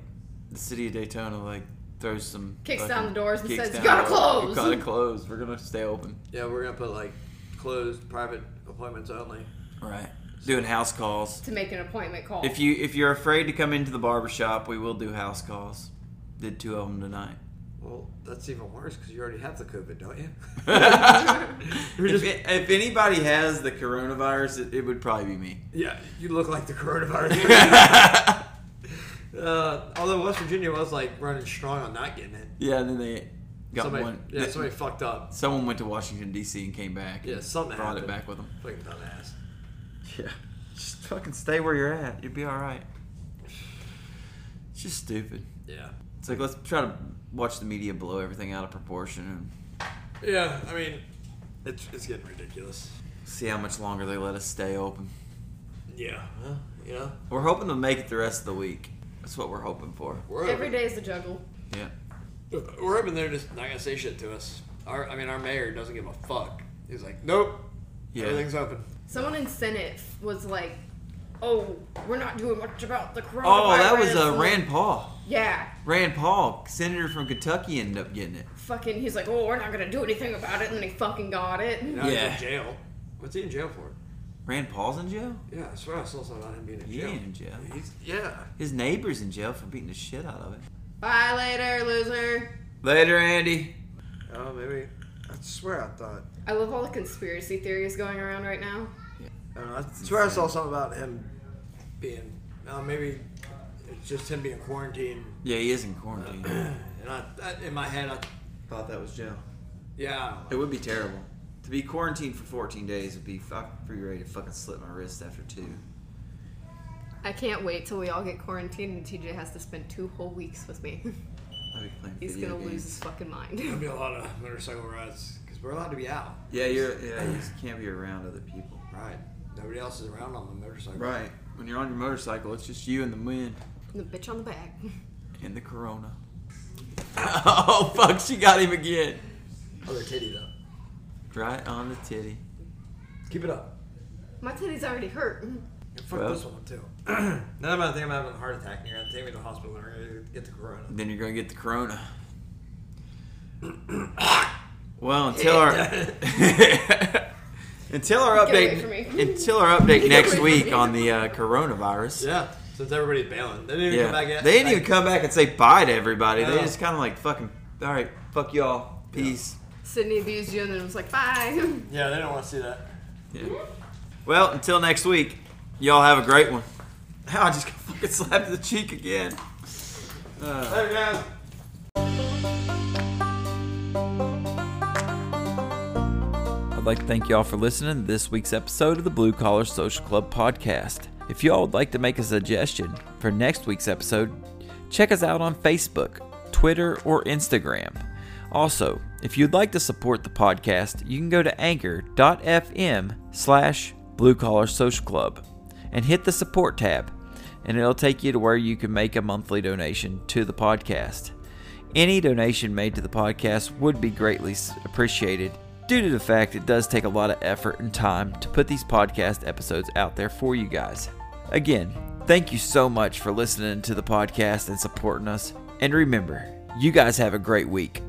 Speaker 1: the city of Daytona like throws some
Speaker 7: Kicks
Speaker 1: fucking-
Speaker 7: down the doors and
Speaker 1: kicks
Speaker 7: says,
Speaker 1: down
Speaker 7: "You gotta
Speaker 1: the doors.
Speaker 7: close."
Speaker 1: You gotta close. We're gonna stay open.
Speaker 2: Yeah, we're gonna put like closed private appointments only.
Speaker 1: Right. Doing house calls.
Speaker 7: to make an appointment call.
Speaker 1: If you if you're afraid to come into the barber shop, we will do house calls. Did two of them tonight.
Speaker 2: Well, that's even worse because you already have the COVID, don't you?
Speaker 1: if, if anybody has the coronavirus, it, it would probably be me.
Speaker 2: Yeah, you look like the coronavirus.
Speaker 1: yeah,
Speaker 2: uh, although West Virginia was like running strong on not getting it.
Speaker 1: and then they got
Speaker 2: somebody,
Speaker 1: one.
Speaker 2: yeah, somebody fucked up.
Speaker 1: Someone went to Washington D.C. and came back.
Speaker 2: Yeah,
Speaker 1: and
Speaker 2: something
Speaker 1: brought
Speaker 2: happened.
Speaker 1: it back with them.
Speaker 2: Fucking dumbass.
Speaker 1: Yeah, just fucking stay where you're at. You'll be all right. It's just stupid.
Speaker 2: Yeah.
Speaker 1: It's like let's try to watch the media blow everything out of proportion
Speaker 2: Yeah, I mean, it's, it's getting ridiculous.
Speaker 1: and see how much longer they let us stay open.
Speaker 2: Yeah. Well, you know,
Speaker 1: We're hoping to make it the rest of the week. That's what we're hoping for.
Speaker 2: we're
Speaker 7: Every
Speaker 2: Every day.
Speaker 7: day is a juggle.
Speaker 1: Yeah.
Speaker 2: we're hoping they're just not gonna say shit to us. Our, I mean, our mayor doesn't give a fuck. He's like, nope,
Speaker 1: Yeah.
Speaker 2: everything's open.
Speaker 7: Someone in Senate was like, "Oh, we're not doing much about the coronavirus."
Speaker 1: Oh, that was uh,
Speaker 7: And,
Speaker 1: Rand Paul.
Speaker 7: Yeah,
Speaker 1: Rand Paul, senator from Kentucky, ended up getting it.
Speaker 7: fucking. He's like, "Oh, we're not gonna do anything about it," and then he fucking got it.
Speaker 2: Now he's
Speaker 1: Yeah.
Speaker 2: in jail. What's he in jail for?
Speaker 1: Rand Paul's in jail.
Speaker 2: Yeah, I swear I saw something about him being in
Speaker 1: He
Speaker 2: jail.
Speaker 1: ain't in jail.
Speaker 2: He's, yeah.
Speaker 1: His neighbor's in jail for beating the shit out of it.
Speaker 7: Bye later, loser.
Speaker 1: Later, Andy.
Speaker 2: Oh, maybe. I swear I thought.
Speaker 7: I love all the conspiracy theories going around right now.
Speaker 2: I, don't know, I swear I saw something about him being. Uh, maybe it's just him being quarantined.
Speaker 1: Yeah, he is in quarantine.
Speaker 2: And I, I in my head, I
Speaker 1: Uh, Thought that was jail.
Speaker 2: yeah.
Speaker 1: It would be terrible. To be quarantined for 14 days would be. I'd be ready to fucking slit my wrist after two.
Speaker 7: I can't wait till we all get quarantined and TJ has to spend two whole weeks with me.
Speaker 1: I'd be playing
Speaker 7: He's
Speaker 1: video
Speaker 7: gonna lose
Speaker 1: games.
Speaker 7: his fucking
Speaker 2: There'll
Speaker 7: mind.
Speaker 2: be a lot of motorcycle rides because we're allowed to be out.
Speaker 1: Yeah, you're. Yeah, you can't be around other people.
Speaker 2: Right. Nobody else is around on the motorcycle.
Speaker 1: Right. When you're on your motorcycle, it's just you and the wind
Speaker 7: the bitch on the back.
Speaker 1: and the corona. oh fuck! She got him again.
Speaker 2: Other Oh, titty though.
Speaker 1: Right on the titty.
Speaker 2: Keep it up.
Speaker 7: My titty's already hurt.
Speaker 2: And fuck
Speaker 1: Well.
Speaker 2: this one too. now I'm gonna think I'm having a heart attack. And you're gonna take me to the hospital. And we're gonna get the corona.
Speaker 1: And then you're gonna get the corona. well, until our until our
Speaker 7: Get away
Speaker 1: update
Speaker 7: from me.
Speaker 1: until our update next
Speaker 7: away from me.
Speaker 1: week on the uh, coronavirus.
Speaker 2: Yeah. Since everybody's bailing, they didn't even come back
Speaker 1: Yeah,
Speaker 2: yet.
Speaker 1: they didn't even come back and say bye to everybody. They
Speaker 2: No.
Speaker 1: just kind of like fucking. All right, fuck y'all. Peace.
Speaker 7: Sydney abused you and then was like, bye.
Speaker 2: Yeah, they don't want to see that.
Speaker 1: Yeah. Well, until next week, y'all have a great one. I just got fucking slapped in the cheek again.
Speaker 2: Later, guys.
Speaker 9: I'd like to thank y'all for listening to this week's episode of the Blue Collar Social Club podcast. If y'all would like to make a suggestion for next week's episode, check us out on Facebook, Twitter, or Instagram. Also, if you'd like to support the podcast, you can go to anchor.fm slash blue collar social club and hit the support tab, and it'll take you to where you can make a monthly donation to the podcast. Any donation made to the podcast would be greatly s- appreciated due to the fact it does take a lot of effort and time to put these podcast episodes out there for you guys.
Speaker 1: Again, thank you so much for listening to the podcast and supporting us. And remember, you guys have a great week.